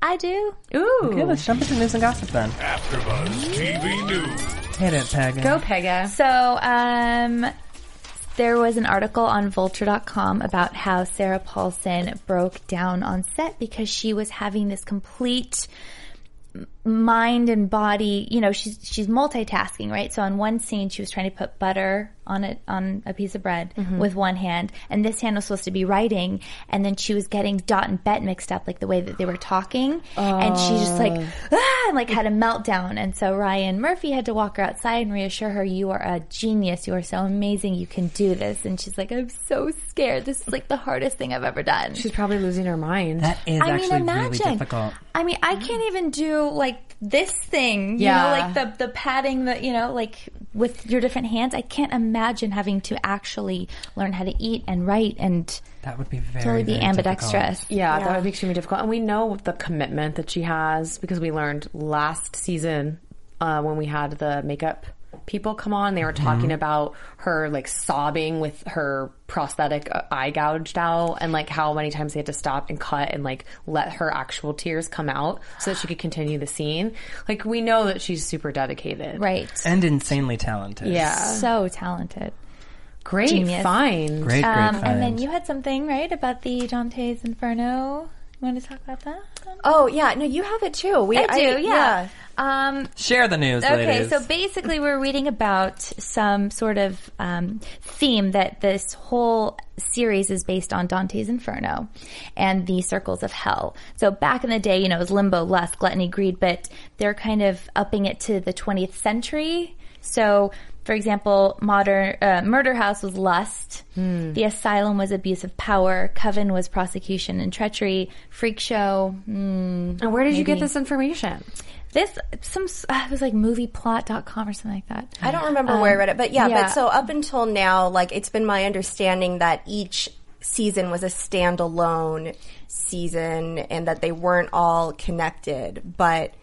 Speaker 4: I do.
Speaker 2: Ooh.
Speaker 1: Okay, let's jump into news and gossip then.
Speaker 5: AfterBuzz TV News.
Speaker 1: Hit it, Pagan.
Speaker 2: Go, Pega.
Speaker 4: So, um, there was an article on vulture.com about how Sarah Paulson broke down on set because she was having this complete mind and body, you know, she's she's multitasking, right? So on one scene she was trying to put butter on it on a piece of bread with one hand, and this hand was supposed to be writing, and then she was getting dot and bet mixed up like the way that they were talking, and she just like ah, and like had a meltdown, and so Ryan Murphy had to walk her outside and reassure her, "You are a genius. You are so amazing. You can do this." And she's like, "I'm so scared. This is like the hardest thing I've ever done."
Speaker 2: She's probably losing her mind.
Speaker 1: That is
Speaker 4: I mean,
Speaker 1: actually really
Speaker 4: imagine.
Speaker 1: difficult.
Speaker 4: I mean, I can't even do like this thing, you
Speaker 2: Yeah.
Speaker 4: know, like the the padding that you know, like with your different hands. I can't imagine having to actually learn how to eat and write and
Speaker 1: That would be very
Speaker 4: totally be
Speaker 1: very
Speaker 4: ambidextrous.
Speaker 1: difficult.
Speaker 2: yeah, that would be extremely difficult. And we know the commitment that she has because we learned last season uh, when we had the makeup people come on, they were talking about her like sobbing with her prosthetic uh, eye gouged out and like how many times they had to stop and cut and like let her actual tears come out so that she could continue the scene. Like we know that she's super dedicated.
Speaker 4: Right.
Speaker 1: and uh, insanely talented.
Speaker 2: Yeah.
Speaker 4: So talented.
Speaker 2: Great
Speaker 4: Genius.
Speaker 2: find.
Speaker 1: great, great.
Speaker 4: Um,
Speaker 1: find.
Speaker 4: and then you had something right about the Dante's Inferno. You want to talk about that?
Speaker 3: Oh yeah. No, you have it too. We
Speaker 4: I do. yeah. Um,
Speaker 1: share the news,
Speaker 4: Okay,
Speaker 1: ladies.
Speaker 4: so basically, we're reading about some sort of um, theme that this whole series is based on Dante's Inferno and the circles of hell. So back in the day, you know, it was limbo, lust, gluttony, greed, but they're kind of upping it to the 20th century. So, for example, modern uh, murder house was lust,
Speaker 3: Hmm.
Speaker 4: the asylum was abuse of power, coven was prosecution and treachery, freak show. Mm,
Speaker 2: And where did you get
Speaker 4: maybe-
Speaker 2: this information?
Speaker 4: This some uh, it was like movieplot.com or something like that.
Speaker 3: I don't remember where I read it, but yeah,
Speaker 4: Um, yeah.
Speaker 3: But so up until now, like it's been my understanding that each season was a standalone season and that they weren't all connected. But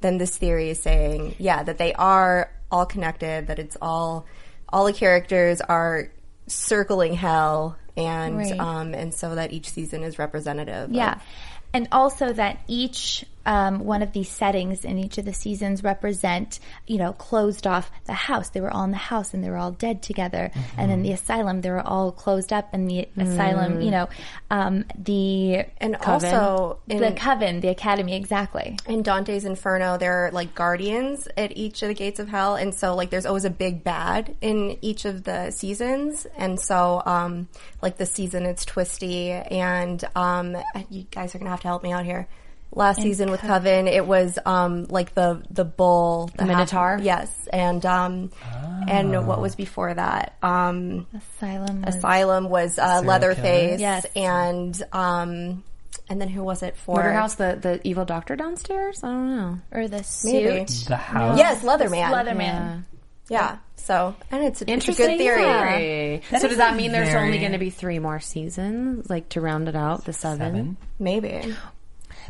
Speaker 3: then this theory is saying, yeah, that they are all connected. That it's all all the characters are circling hell. And
Speaker 4: Right.
Speaker 3: um and so that each season is representative. of-
Speaker 4: Yeah. And also that each um, one of these settings in each of the seasons represent, you know, closed off the house. They were all in the house and they were all dead together. And then the asylum, they were all closed up. And the asylum, you know, um, the
Speaker 3: and also in,
Speaker 4: the coven, the academy, exactly.
Speaker 3: in Dante's Inferno, there are like guardians at each of the gates of hell, and so like there's always a big bad in each of the seasons, and so um, like this season it's Twisty, and um, you guys are gonna have to help me out here. Last season with Coven, it was um, like the the bull, the half-
Speaker 2: Minotaur?
Speaker 3: yes, and um, and what was before that? Um,
Speaker 4: Asylum. was-
Speaker 3: Asylum was uh, Leatherface,
Speaker 4: Yes.
Speaker 3: and um, and then who was it for?
Speaker 2: Murder house, the, the evil doctor downstairs? I don't know.
Speaker 4: or the suit.
Speaker 3: Maybe.
Speaker 1: the house.
Speaker 3: Yes, Leatherman.
Speaker 4: Leatherman.
Speaker 3: Yeah. So, and it's a, it's a
Speaker 2: Interesting
Speaker 3: good theory.
Speaker 2: theory. so
Speaker 1: is
Speaker 2: does that
Speaker 1: a
Speaker 2: mean there's
Speaker 1: very-
Speaker 2: only going to be three more seasons, like to round it out, the seven?
Speaker 1: Seven.
Speaker 3: Maybe.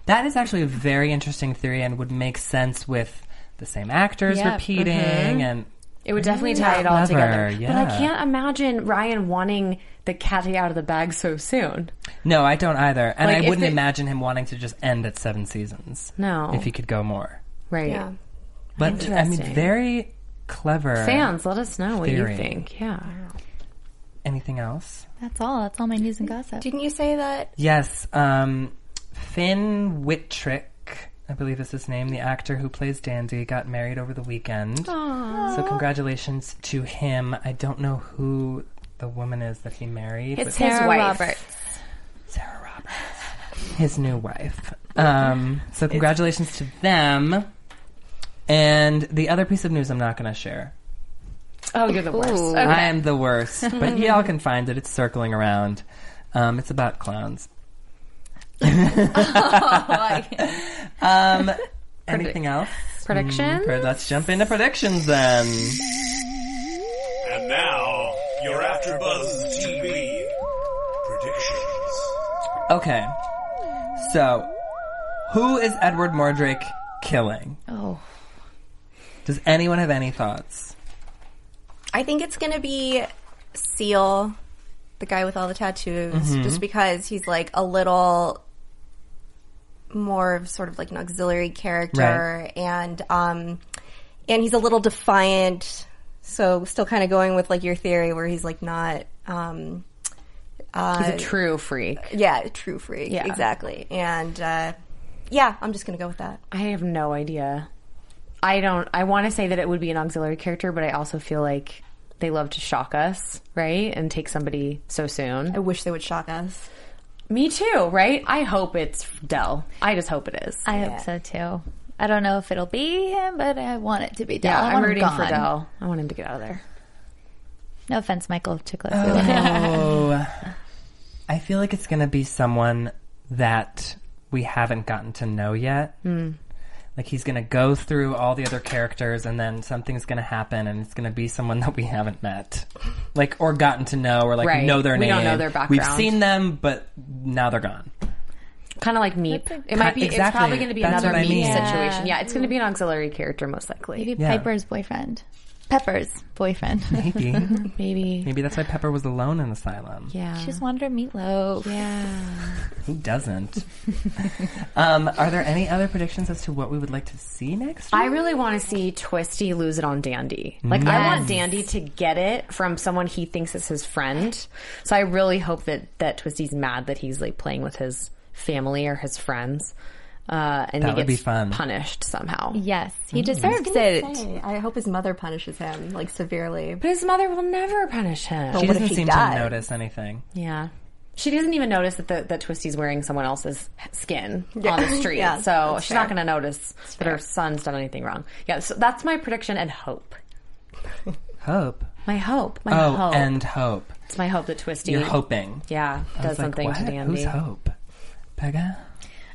Speaker 1: That is actually a very interesting theory and would make sense with the same actors
Speaker 2: Yeah, mm-hmm.
Speaker 1: repeating and
Speaker 2: It would definitely tie it all
Speaker 1: Mm, Clever,
Speaker 2: together. But I
Speaker 1: yeah.
Speaker 2: can't imagine Ryan wanting the Kathy out of the bag so soon.
Speaker 1: No, I don't either. And
Speaker 2: Like,
Speaker 1: I
Speaker 2: if
Speaker 1: wouldn't
Speaker 2: it-
Speaker 1: imagine him wanting to just end at seven seasons.
Speaker 2: No.
Speaker 1: If he could go more.
Speaker 2: Right.
Speaker 3: Yeah.
Speaker 1: But, I mean,
Speaker 2: Interesting.
Speaker 1: very clever.
Speaker 2: Fans, let us know what
Speaker 1: Theory.
Speaker 2: you think. Yeah.
Speaker 1: Anything else?
Speaker 4: That's all. That's all my news and gossip.
Speaker 3: Didn't you say that?
Speaker 1: Yes. Um, Finn Wittrick, I believe is his name, the actor who plays Dandy, got married over the weekend. So, congratulations to him. I don't know who the woman is that he married. but
Speaker 2: It's his wife.
Speaker 1: Sarah Roberts, his new wife. Um, so congratulations to them. And the other piece of news I'm not going to share.
Speaker 2: Oh, you're the worst.
Speaker 1: I am the worst, but y'all can find it. It's circling around. Um, it's about clowns. um, <laughs> anything else? Hmm,
Speaker 2: Prediction?
Speaker 1: Let's jump into predictions then.
Speaker 5: And now, your AfterBuzz TV predictions.
Speaker 1: Okay. So, who is Edward Mordrake killing?
Speaker 4: Oh,
Speaker 1: Does anyone have any thoughts?
Speaker 3: I think it's going to be Seal, the guy with all the tattoos,
Speaker 2: Mm-hmm.
Speaker 3: just because he's like a little more of sort of like an auxiliary character and um and he's a little defiant. So still kind of going with like your theory where he's like not um uh,
Speaker 2: He's a true freak.
Speaker 3: yeah, a true freak.
Speaker 2: Yeah.
Speaker 3: Exactly. And uh yeah, I'm just going to go with that.
Speaker 2: I have no idea. I don't. I want to say that it would be an auxiliary character, but I also feel like they love to shock us, right? And take somebody so soon.
Speaker 3: I wish they would shock us.
Speaker 2: Me too, right? I hope it's Dell. I just hope it is.
Speaker 4: I hope so too. I don't know if it'll be him, but I want it to be Dell.
Speaker 2: yeah,
Speaker 4: I
Speaker 2: I'm
Speaker 4: want him
Speaker 2: rooting for
Speaker 4: gone.
Speaker 2: Dell. I want him to get out of there.
Speaker 4: No offense, Michael Chiklis. we love you.
Speaker 1: Oh, I feel like it's going to be someone that we haven't gotten to know yet.
Speaker 2: Hmm.
Speaker 1: Like he's going to go through all the other characters, and then something's going to happen, and it's going to be someone <laughs> that we haven't met, like or gotten to know, or like
Speaker 2: Right.
Speaker 1: know their
Speaker 2: We
Speaker 1: name.
Speaker 2: don't know their
Speaker 1: We've
Speaker 2: background.
Speaker 1: seen them, but now they're gone.
Speaker 2: Kind of like Meep. It might be. It's
Speaker 1: Exactly.
Speaker 2: probably going to be
Speaker 1: That's
Speaker 2: another
Speaker 1: what I
Speaker 2: Meep
Speaker 1: mean. Yeah.
Speaker 2: situation. Yeah, it's going to be an auxiliary character most likely.
Speaker 4: Maybe
Speaker 1: Yeah.
Speaker 4: Piper's boyfriend. Pepper's boyfriend.
Speaker 1: <laughs>
Speaker 2: <laughs>
Speaker 1: Maybe,
Speaker 2: Maybe.
Speaker 1: maybe that's why Pepper was alone in Asylum.
Speaker 2: Yeah.
Speaker 4: she just wanted her meatloaf.
Speaker 2: yeah.
Speaker 1: Who
Speaker 2: <laughs>
Speaker 1: doesn't? um, are there any other predictions as to what we would like to see next?
Speaker 2: I really want to see Twisty lose it on Dandy. Like I want Dandy to get it from someone he thinks is his friend. So I really hope that that Twisty's mad that he's like playing with his family or his friends, uh, and
Speaker 1: That
Speaker 2: he
Speaker 1: would
Speaker 2: gets
Speaker 1: be fun.
Speaker 2: punished somehow.
Speaker 4: Yes, he deserves it.
Speaker 3: Hey, I hope his mother punishes him like <laughs> severely.
Speaker 2: But his mother will never punish him.
Speaker 1: she
Speaker 3: what if
Speaker 1: doesn't
Speaker 3: he
Speaker 1: seem
Speaker 3: died?
Speaker 1: to notice anything.
Speaker 2: yeah. She doesn't even notice that the, that Twisty's wearing someone else's skin on the street,
Speaker 3: Yeah, <laughs>
Speaker 2: so
Speaker 3: that's
Speaker 2: she's
Speaker 3: fair.
Speaker 2: not going to notice that her son's done anything wrong. Yeah, so that's my prediction and hope.
Speaker 1: Hope.
Speaker 2: My hope. My
Speaker 1: Oh,
Speaker 2: hope.
Speaker 1: and hope.
Speaker 2: It's my hope that Twisty.
Speaker 1: You're hoping.
Speaker 2: Yeah,
Speaker 1: I
Speaker 2: does
Speaker 1: was like,
Speaker 2: something to
Speaker 1: what?
Speaker 2: Dandy.
Speaker 1: Who's hope? Becca?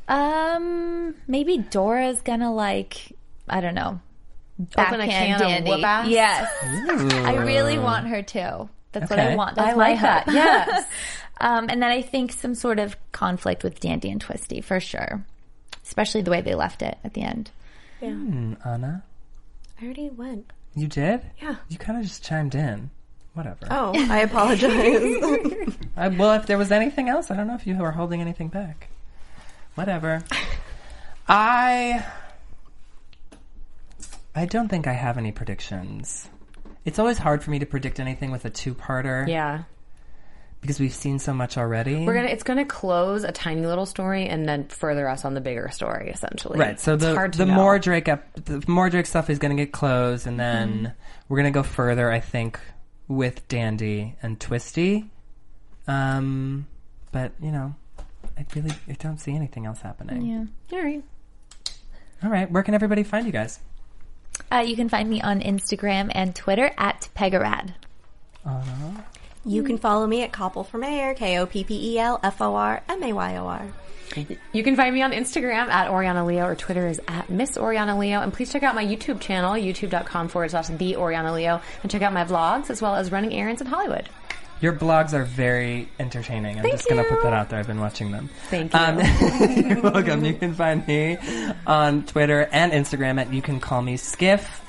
Speaker 4: Um, maybe Dora's gonna like, I don't know,
Speaker 2: Open a
Speaker 4: backhand
Speaker 2: can of
Speaker 4: Dandy.
Speaker 2: whoop ass?
Speaker 4: Yes, I really want her to. That's what I
Speaker 1: Okay.
Speaker 4: want.
Speaker 2: I
Speaker 4: That's my
Speaker 2: like that.
Speaker 4: hope.
Speaker 2: <laughs> Yes.
Speaker 4: <laughs> Um, and then I think some sort of conflict with Dandy and Twisty for sure, especially the way they left it at the end.
Speaker 1: Anna?
Speaker 3: I already went.
Speaker 1: You did?
Speaker 3: Yeah.
Speaker 1: You kind of just chimed in. Whatever.
Speaker 3: Oh, I apologize.
Speaker 1: I, well, if there was anything else, I don't know if you were holding anything back.
Speaker 2: <laughs>
Speaker 1: Whatever. I. I don't think I have any predictions. It's always hard for me to predict anything with a two-parter
Speaker 2: yeah.
Speaker 1: because we've seen so much already.
Speaker 2: We're gonna it's gonna close a tiny little story and then further us on the bigger story essentially.
Speaker 1: Right. So
Speaker 2: It's
Speaker 1: the
Speaker 2: hard to
Speaker 1: the
Speaker 2: know.
Speaker 1: more Drake up, the more Drake stuff is going to get closed, and then
Speaker 2: Mm-hmm.
Speaker 1: we're going to go further. I think with Dandy and Twisty. Um, but you know, I really I don't see anything else happening.
Speaker 4: Yeah.
Speaker 2: All right.
Speaker 1: All right. Where can everybody find you guys?
Speaker 4: Uh, you can find me on Instagram and Twitter at Pegarad.
Speaker 3: <laughs> You can follow me at Koppel for Mayor, K O P P E L F O R M A Y O R.
Speaker 2: You can find me on Instagram at Oriana Leo or Twitter is at Miss Oriana Leo. And please check out my YouTube channel, youtube.com forward slash the Oriana Leo, and check out my vlogs as well as running errands in Hollywood.
Speaker 1: Your blogs are very entertaining. I'm
Speaker 2: Thank
Speaker 1: just going to put
Speaker 2: you.
Speaker 1: that out there. I've been watching them. Um,
Speaker 2: Thank you.
Speaker 1: <laughs> You're welcome. You can find me on Twitter and Instagram at You Can Call Me Skiff.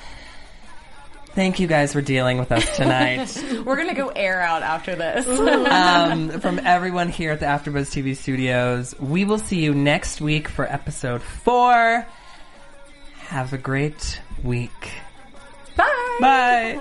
Speaker 1: Thank you guys for dealing with us tonight.
Speaker 2: <laughs> We're gonna go air out after this.
Speaker 1: um, from everyone here at the AfterBuzz TV studios, we will see you next week for episode four. Have a great week.
Speaker 2: <laughs> Bye.
Speaker 1: Bye.